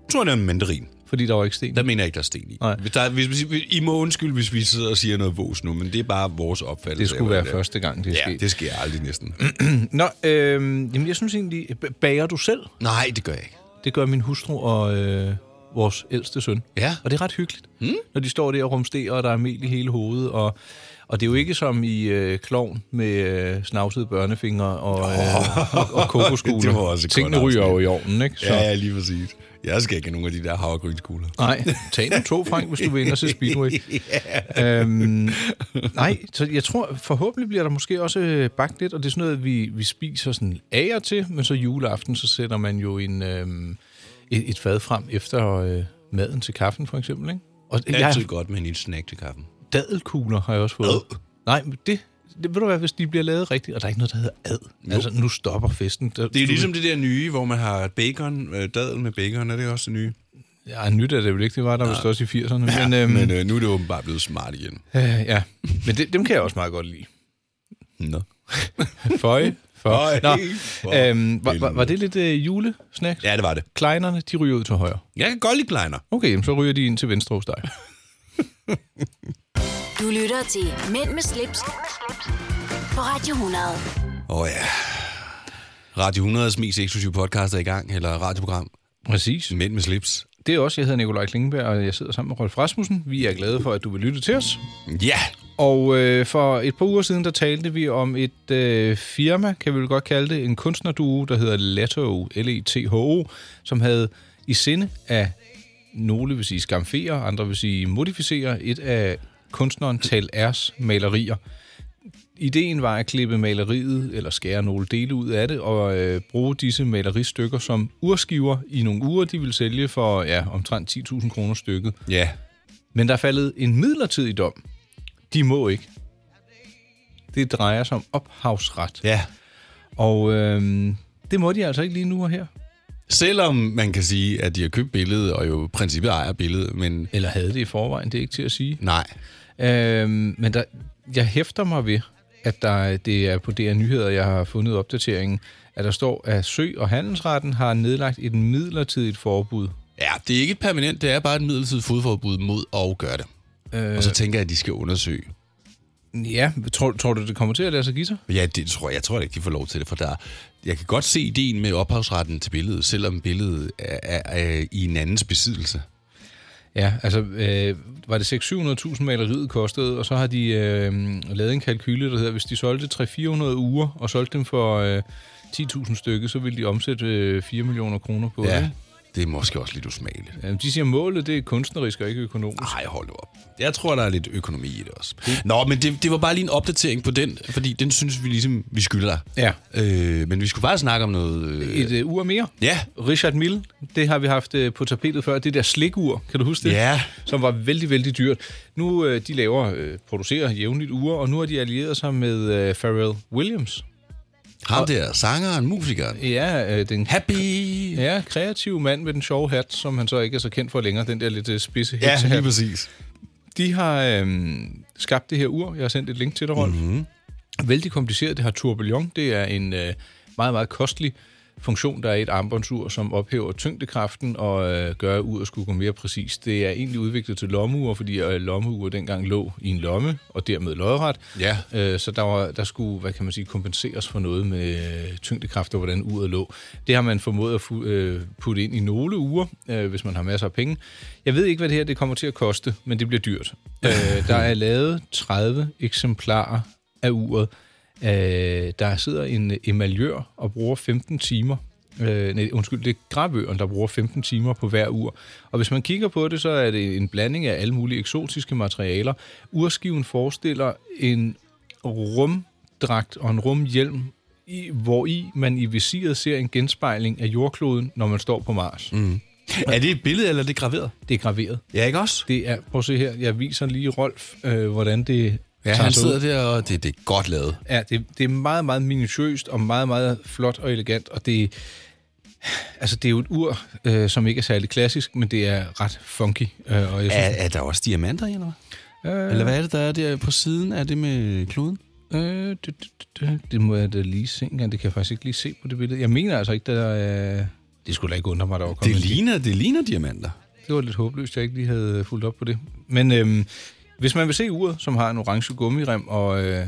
S2: Jeg tror, det er en mandarin.
S3: Fordi der var ikke sten.
S2: Der mener jeg ikke, der er sten i.
S3: Mm. Nej.
S2: Hvis der, er- hvis, hvis, I må undskylde, hvis vi sidder og siger noget vås nu, men det er bare vores opfattelse.
S3: Det skulle
S2: af, hvordan
S3: være første gang, det er
S2: ja,
S3: sket.
S2: det sker aldrig næsten.
S3: Nå, øhm, øh, jamen, jeg synes egentlig... b- Bager du selv?
S2: Nej, det gør jeg ikke.
S3: Det gør min hustru og øh, vores ældste søn.
S2: Ja.
S3: Og det er ret hyggeligt, mm. når de står der og rumsterer, og der er mel i hele hovedet. Og, og det er jo ikke som i øh, klovn med øh, snavsede børnefingre og, øh, og, og kokoskugle.
S2: Det var også et
S3: Tingene
S2: godt
S3: ryger jo i
S2: afsnit.
S3: ovnen, ikke?
S2: Ja, ja, lige præcis. Jeg skal ikke have nogen af de der havregrynskugler.
S3: Nej, tag nu to, Frank, hvis du vil ind og se Speedway. øhm, nej, så jeg tror, forhåbentlig bliver der måske også øh, bagt lidt, og det er sådan noget, vi, vi spiser sådan af og til, men så juleaften, så sætter man jo en, øhm, et, et fad frem efter øh, maden til kaffen, for eksempel. Ikke? Og
S2: Altid godt med en lille snack til kaffen.
S3: Dadelkugler har jeg også fået. Ad. Nej, men det, det, ved du hvad, hvis de bliver lavet rigtigt, og der er ikke noget, der hedder ad.
S2: Jo.
S3: Altså, nu stopper festen. Der,
S2: Det er jo ligesom det der nye, hvor man har bacon, øh, dadel med bacon, er det også det nye?
S3: Ja, nyt er det vel ikke, det var der vist også i 80'erne.
S2: Ja,
S3: men, øhm,
S2: men øh, nu er det åbenbart blevet smart igen.
S3: Øh, ja, men det, dem kan jeg også meget godt lide.
S2: Nå.
S3: Føj. Føj.
S2: Føj.
S3: Nå.
S2: For
S3: Øhm, var, var, var det lidt øh, julesnack?
S2: Ja, det var det.
S3: Kleinerne, de ryger ud til højre.
S2: Jeg kan godt lide kleiner.
S3: Okay, jamen, så ryger de ind til venstre hos dig.
S1: Du lytter til Mænd med slips, på Radio 100.
S2: Åh oh, ja. Radio 100's mest eksklusive podcast er i gang, eller radioprogram.
S3: Præcis.
S2: Mænd med slips.
S3: Det er også, jeg hedder Nikolaj Klingenberg, og jeg sidder sammen med Rolf Rasmussen. Vi er glade for, at du vil lytte til os.
S2: Ja.
S3: Og øh, for et par uger siden, der talte vi om et øh, firma, kan vi vel godt kalde det, en kunstnerduo, der hedder Letto, E L-E-T-H-O, som havde i sinde af, nogle vil sige skamfere, andre vil sige modificere, et af kunstneren Tal Ers malerier. Ideen var at klippe maleriet, eller skære nogle dele ud af det, og øh, bruge disse maleristykker som urskiver i nogle uger, de ville sælge for ja, omtrent 10.000 kroner stykket.
S2: Ja.
S3: Men der er faldet en midlertidig dom. De må ikke. Det drejer sig om ophavsret.
S2: Ja.
S3: Og øh, det må de altså ikke lige nu og her.
S2: Selvom man kan sige, at de har købt billedet, og jo i princippet ejer billedet, men... øh,
S3: Eller havde det i forvejen, det er ikke til at sige.
S2: Nej.
S3: Øhm, men der, jeg hæfter mig ved, at der, det er på DR Nyheder, jeg har fundet opdateringen, at der står, at Sø- og Handelsretten har nedlagt et midlertidigt forbud.
S2: Ja, det er ikke et permanent, det er bare et midlertidigt fodforbud mod at gøre det.
S3: Øh.
S2: Og så tænker jeg, at de skal undersøge.
S3: Ja, tror, tror du, det kommer til at lade sig give sig?
S2: Ja, det tror jeg, jeg tror ikke, de får lov til det, for der, jeg kan godt se ideen med ophavsretten til billedet, selvom billedet er, er, er i en andens besiddelse.
S3: Ja, altså øh, var det 600-700.000 maleriet kostede, og så har de øh, lavet en kalkyle, der hedder, hvis de solgte 300-400 uger og solgte dem for øh, 10.000 stykker, så ville de omsætte øh, 4 millioner kroner på
S2: Ja,
S3: det.
S2: det er måske også lidt usmageligt.
S3: Ja, De siger, at målet det er kunstnerisk og ikke økonomisk.
S2: Nej, hold nu op. Jeg tror, der er lidt økonomi i det også. Nå, men det, det var bare lige en opdatering på den, fordi den synes vi ligesom, vi skylder dig.
S3: Ja.
S2: Øh, men vi skulle bare snakke om noget... Øh,
S3: Et øh, ur mere.
S2: Ja.
S3: Richard Mille, det har vi haft øh, på tapetet før. Det der slikur, kan du huske det?
S2: Ja.
S3: Som var vældig, vældig dyrt. Nu øh, de laver, øh, producerer jævnligt uger, og nu har de allieret sig med øh, Pharrell Williams.
S2: ham der, sangeren, musikeren.
S3: Ja, øh, den
S2: Happy!
S3: Ja, kreativ mand med den sjove hat, som han så ikke er så kendt for længere, den der lidt øh, spidse
S2: Ja,
S3: heksehat.
S2: lige præcis.
S3: De har øh, skabt det her ur. Jeg har sendt et link til dig, Rolf.
S2: Mhm.
S3: Mm-hmm. Vældig kompliceret. Det har tourbillon. Det er en øh, meget, meget kostelig funktion, der er i et armbåndsur, som ophæver tyngdekraften og øh, gør, at uret skulle gå mere præcis. Det er egentlig udviklet til lommeur, fordi øh, lommeur dengang lå i en lomme, og dermed lodret.
S2: Ja.
S3: Øh, så der, var, der skulle, hvad kan man sige, kompenseres for noget med øh, tyngdekraft og hvordan uret lå. Det har man formået at fu- øh, putte ind i nogle uger, øh, hvis man har masser af penge. Jeg ved ikke, hvad det her det kommer til at koste, men det bliver dyrt. øh, der er lavet 30 eksemplarer af uret. Øh, der sidder en emaljør og bruger 15 timer. Øh, nej, undskyld, det er gravøren, der bruger 15 timer på hver ur. Og hvis man kigger på det, så er det en blanding af alle mulige eksotiske materialer. Urskiven forestiller en rumdragt og en rumhjelm, i, hvor i man i visiret ser en genspejling af jordkloden, når man står på Mars.
S2: Mm. Er det et billede, eller er det graveret?
S3: Det er graveret.
S2: Ja, ikke også?
S3: Det er, prøv at se her, jeg viser lige Rolf, øh, hvordan det
S2: Ja,
S3: tager
S2: han
S3: sig
S2: sidder
S3: ud.
S2: der, og det, det er godt lavet.
S3: Ja, det, det er meget, meget minutiøst og meget, meget flot og elegant, og det, altså, det er jo et ur, øh, som ikke er særlig klassisk, men det er ret funky. Øh, og jeg synes,
S2: Er, er der også diamanter i, eller hvad?
S3: Øh.
S2: Eller hvad er det, der er der på siden? Er det med kloden?
S3: Øh, det, det, det, det må jeg da lige se engang. Det kan jeg faktisk ikke lige se på det billede. Jeg mener altså ikke, der er... Det skulle da ikke undre mig, der var kommet
S2: Det
S3: en-
S2: ligner, det ligner diamanter.
S3: Det var lidt håbløst, jeg ikke lige havde fulgt op på det. Men øhm, hvis man vil se uret, som har en orange gummirem og øh,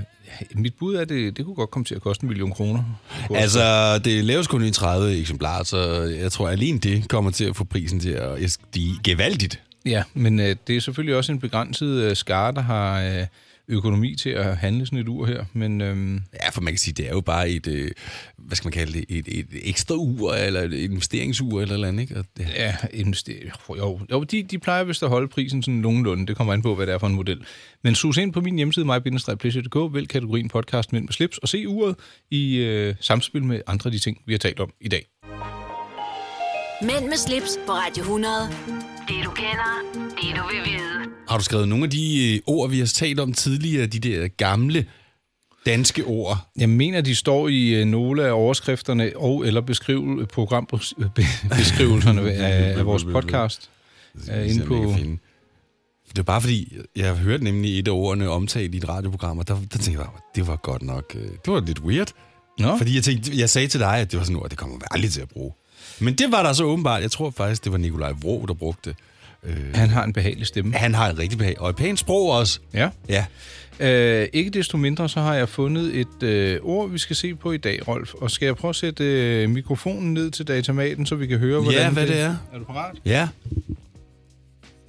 S3: Mit bud er, at det, det kunne godt komme til at koste en million kroner.
S2: Altså, det laves kun i 30 eksemplarer, så jeg tror, at alene det kommer til at få prisen til at stige gevaldigt.
S3: Ja, men øh, det er selvfølgelig også en begrænset øh, skare, der har øh, økonomi til at handle sådan et ur her. Men, øhm,
S2: ja, for man kan sige, det er jo bare et, øh, hvad skal man kalde det, et, et ekstra ur, eller et investeringsur, eller et eller andet, ikke? Og det,
S3: Ja, invester... jo, jo de, de plejer vist at holde prisen sådan nogenlunde. Det kommer an på, hvad det er for en model. Men sus ind på min hjemmeside, mybindestrejpleasure.dk, vælg kategorien podcast Mænd med slips, og se uret i øh, samspil med andre af de ting, vi har talt om i dag.
S1: Mænd med slips på Radio 100. Det du kender, det du vil vide.
S2: Har du skrevet nogle af de øh, ord, vi har talt om tidligere, de der gamle danske ord?
S3: Jeg mener, de står i øh, nogle af overskrifterne og eller beskriv, programbeskrivelserne af, af vores podcast.
S2: skal
S3: Øh,
S2: vi se,
S3: inde
S2: om jeg
S3: på...
S2: kan ligesom finde. Det er bare fordi, jeg hørte nemlig et af ordene omtalt i et radioprogram, og der, der tænkte jeg, bare, det var godt nok, øh, det var lidt weird.
S3: Nå.
S2: Fordi jeg, tænkte, jeg sagde til dig, at det var sådan et ord, det kommer vi aldrig til at bruge. Men det var der så åbenbart. Jeg tror faktisk, det var Nikolaj Vrå, der brugte det. Øh,
S3: han har en behagelig stemme.
S2: Han har en rigtig behag, og et pænt sprog også.
S3: Ja.
S2: ja.
S3: Øh, ikke desto mindre, så har jeg fundet et øh, ord, vi skal se på i dag, Rolf. Og skal jeg prøve at sætte øh, mikrofonen ned til datamaten, så vi kan høre, hvordan
S2: ja, hvad det er.
S3: Er du parat?
S2: Ja,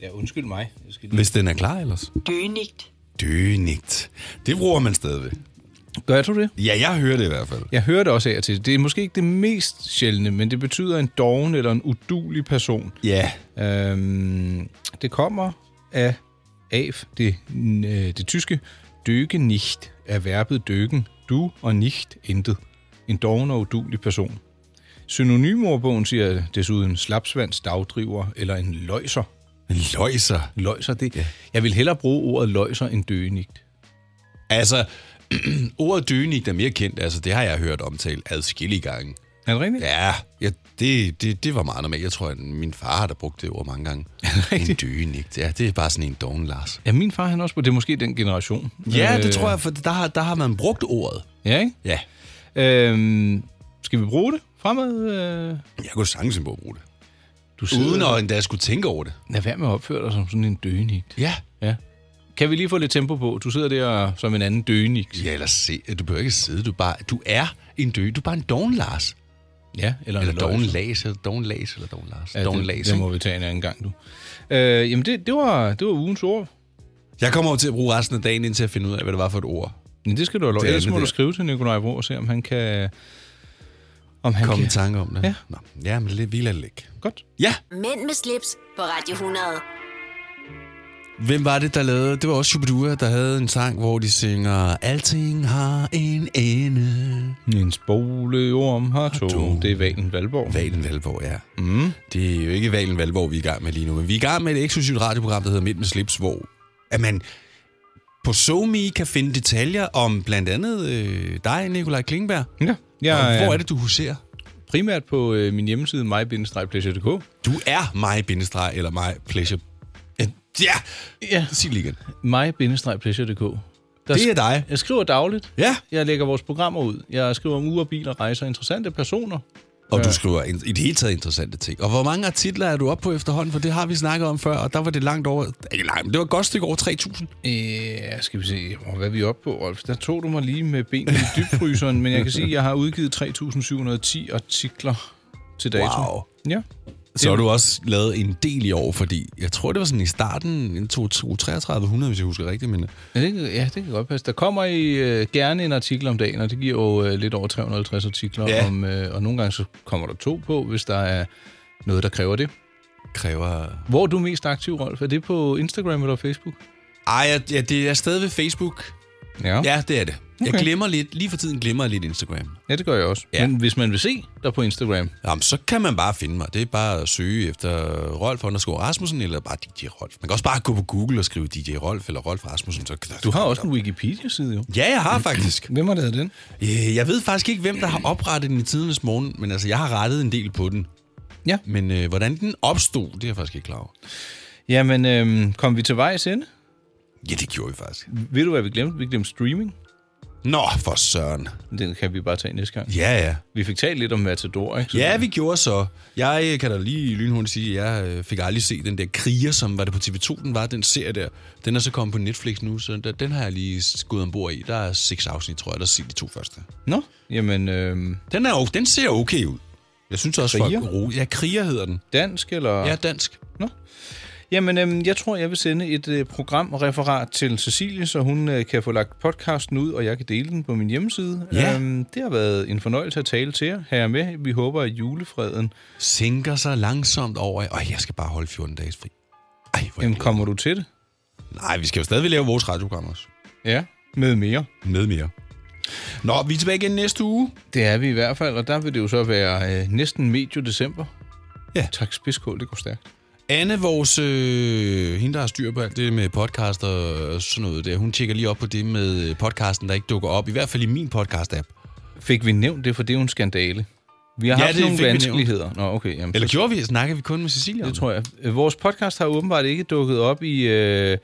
S3: Ja, undskyld mig. Jeg skal
S2: hvis den er klar ellers.
S13: Dønigt.
S2: Dønigt. Det bruger man stadigvæk.
S3: Gør du det?
S2: Ja, jeg hører det i hvert fald.
S3: Jeg hører det også af og til. Det er måske ikke det mest sjældne, men det betyder en doven eller en udulig person.
S2: Ja.
S3: Øhm, det kommer af af det, øh, det tyske døge nicht af verbet døgen. Du og nicht intet. En doven og udulig person. Synonymordbogen siger desuden slapsvands dagdriver eller en løjser.
S2: En løjser?
S3: Løjser, det... Ja. Jeg vil hellere bruge ordet løjser end døgenigt.
S2: Altså, ordet dønigt er mere kendt. Altså, det har jeg hørt omtalt adskillige gange.
S3: Er det rigtigt?
S2: Ja, ja det, det, det var meget normalt. Jeg tror, at min far har da brugt det ord mange gange. en dønigt. Ja, det er bare sådan en doven Lars.
S3: Ja, min far, han er også... Det er måske den generation.
S2: Ja, det
S3: Øh,
S2: tror jeg, for der, har- der har man brugt ordet.
S3: Ja, ikke?
S2: Ja.
S3: Øhm, skal vi bruge det fremad? Øh?
S2: Jeg kunne sagtens på at bruge det.
S3: Du
S2: Uden
S3: sidder-
S2: at endda skulle tænke over det.
S3: Lad være med at opføre dig som sådan en døgenigt.
S2: Ja.
S3: ja. Kan vi lige få lidt tempo på? Du sidder der som en anden døgenigt.
S2: Ja, eller se. Du behøver ikke sidde. Du, bare, du er en dø. Du er bare en doven Lars.
S3: Ja, eller en
S2: eller doven
S3: løjser.
S2: Lars, eller doven Lars, eller doven Lars.
S3: Ja,
S2: doven
S3: det,
S2: Lars,
S3: det
S2: ikke?
S3: må vi tage en anden gang, du. Øh, jamen, det, det, var, det var ugens ord.
S2: Jeg kommer jo til at bruge resten af dagen indtil at finde ud af, hvad det var for et ord.
S3: Men det skal du have lov.
S2: Det er
S3: Ellers
S2: det
S3: må
S2: der.
S3: du skrive til Nikolaj Vrå og se, om han kan... Om han
S2: Kom i
S3: kan.
S2: tanke om det.
S3: Ja.
S2: Nå. ja men det hviler det ikke.
S3: Godt.
S2: Ja,
S1: Mænd med slips på Radio 100.
S2: hvem var det, der lavede? Det var også Shubidua, der havde en sang, hvor de synger Alting har en ende.
S3: En spoleorm har to. Det er Valen Valborg.
S2: Valen Valborg, ja. Mm. Det er jo ikke Valen Valborg, vi er i gang med lige nu, men vi er i gang med et eksklusivt radioprogram, der hedder Midt med slips, hvor at man på SoMe kan finde detaljer om blandt andet øh, dig, Nikolaj Klingberg.
S3: Ja. Jeg,
S2: Og hvor er det, du huserer?
S3: Primært på øh, min hjemmeside, mybindestrejpleasure.dk.
S2: Du er mig, bindestrej, eller mig, pleasure. Ja, ja.
S3: ja.
S2: sig det lige igen.
S3: my-pleasure.dk.
S2: Det er
S3: sk-
S2: dig.
S3: Jeg skriver dagligt.
S2: Ja.
S3: Jeg lægger vores programmer ud. Jeg skriver om uger, biler, rejser, interessante personer.
S2: Og du skriver en- i det hele taget interessante ting. Og hvor mange artikler er du oppe på efterhånden? For det har vi snakket om før, og der var det langt over... Ikke langt, men det var et godt stykke over 3.000.
S3: Ja, Øh, skal vi se, hvor- hvad er vi oppe på, Rolf? Der tog du mig lige med benene i dybfryseren, men jeg kan sige, at jeg har udgivet 3.710 artikler til dato.
S2: Wow.
S3: Ja.
S2: Så har du også lavet en del i år, fordi jeg tror, det var sådan i starten, en 3300, hvis jeg husker rigtigt. Men
S3: Ja, det, kan- ja, det kan godt passe. Der kommer I øh, gerne en artikel om dagen, og det giver jo øh, lidt over 350 artikler.
S2: Ja.
S3: Om, øh, og nogle gange så kommer der to på, hvis der er noget, der kræver det.
S2: kræver...
S3: Hvor er du mest aktiv, Rolf? Er det på Instagram eller Facebook?
S2: Ej, ja, ja, det er stadig ved Facebook.
S3: Ja.
S2: Ja, det er det. Okay.
S3: Okay.
S2: Jeg glemmer lidt, lige for tiden glemmer jeg lidt Instagram.
S3: Ja, det gør jeg også. Ja. Men hvis man vil se dig på Instagram...
S2: Jamen, så kan man bare finde mig. Det er bare at søge efter Rolf underscore Rasmussen, eller bare DJ Rolf. Man kan også bare gå på Google og skrive DJ Rolf, eller Rolf Rasmussen. Så...
S3: Du har også en Wikipedia-side, jo.
S2: Ja, jeg har faktisk.
S3: Hvem har lavet den?
S2: Øh, Jeg ved faktisk ikke, hvem der har oprettet den i tidernes morgen, men altså, jeg har rettet en del på den.
S3: Ja.
S2: Men øh, hvordan den opstod, det er jeg faktisk ikke klar over.
S3: Jamen, øhm, kom vi til vejs ende?
S2: Ja, det gjorde vi faktisk.
S3: Ved du, hvad vi glemte? Vi glemte streaming.
S2: Nå, for søren.
S3: Den kan vi bare tage næste gang.
S2: Ja, ja.
S3: Vi fik talt lidt om Matador, ikke?
S2: Ja, vi gjorde så. Jeg øh, kan da lige lynhurtigt sige, at jeg øh, fik aldrig set den der Kriger, som var det på TV2, den var, den serie der. Den er så kommet på Netflix nu, så der, den har jeg lige skudt ombord i. Der er seks afsnit, tror jeg, der set de to første.
S3: Nå, jamen... Øh...
S2: Den, er, o- den ser okay ud. Jeg synes også, folk...
S3: Kriger? Ah.
S2: ro- Ja, Kriger hedder den.
S3: Dansk, eller?
S2: Ja, dansk.
S3: Nå. Jamen, øhm, jeg tror, jeg vil sende et øh, programreferat til Cecilie, så hun øh, kan få lagt podcasten ud, og jeg kan dele den på min hjemmeside.
S2: Ja.
S3: Øhm, det har været en fornøjelse at tale til jer. Her er med. Vi håber, at julefreden
S2: sænker sig langsomt over. Og jeg skal bare holde 14 dages fri. Ej, hvor
S3: Jamen, kommer du til det?
S2: Nej, vi skal jo stadigvæk lave vores radioprogram også.
S3: Ja, med mere.
S2: Med mere. Nå, vi er tilbage igen næste uge.
S3: Det er vi i hvert fald, og der vil det jo så være øh, næsten medio december.
S2: Ja.
S3: Tak, spidskål, det går stærkt.
S2: Anne, vores, øh, hende, der har styr på alt det med podcast og sådan noget der, hun tjekker lige op på det med øh, podcasten, der ikke dukker op, i hvert fald i min podcast-app.
S3: Fik vi nævnt det, for det er jo en skandale. Vi har
S2: Ja,
S3: ja, haft
S2: det
S3: nogle
S2: fik vi nævnt.
S3: vanskeligheder. Nå, okay. Jamen,
S2: Eller
S3: så-
S2: gjorde vi? Snakkede vi kun med Cecilia? om
S3: Det tror jeg. Øh, Vores podcast har åbenbart ikke dukket op i øh,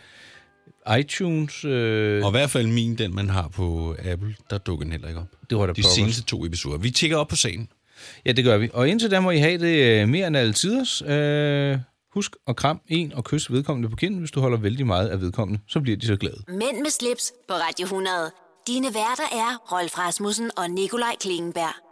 S3: iTunes. Øh,
S2: Og i hvert fald min, den man har på Apple, der dukker den heller ikke op.
S3: Det var da
S2: De
S3: pokkers.
S2: seneste to episoder. Vi tjekker op på sagen.
S3: Ja, det gør vi. Og indtil da må I have det øh, mere end alle tiders. Øh, husk at kram en og kys vedkommende på kinden, hvis du holder vældig meget af vedkommende. Så bliver de så glade.
S1: Mænd med slips på Radio 100. Dine værter er Rolf Rasmussen og Nikolaj Klingenberg.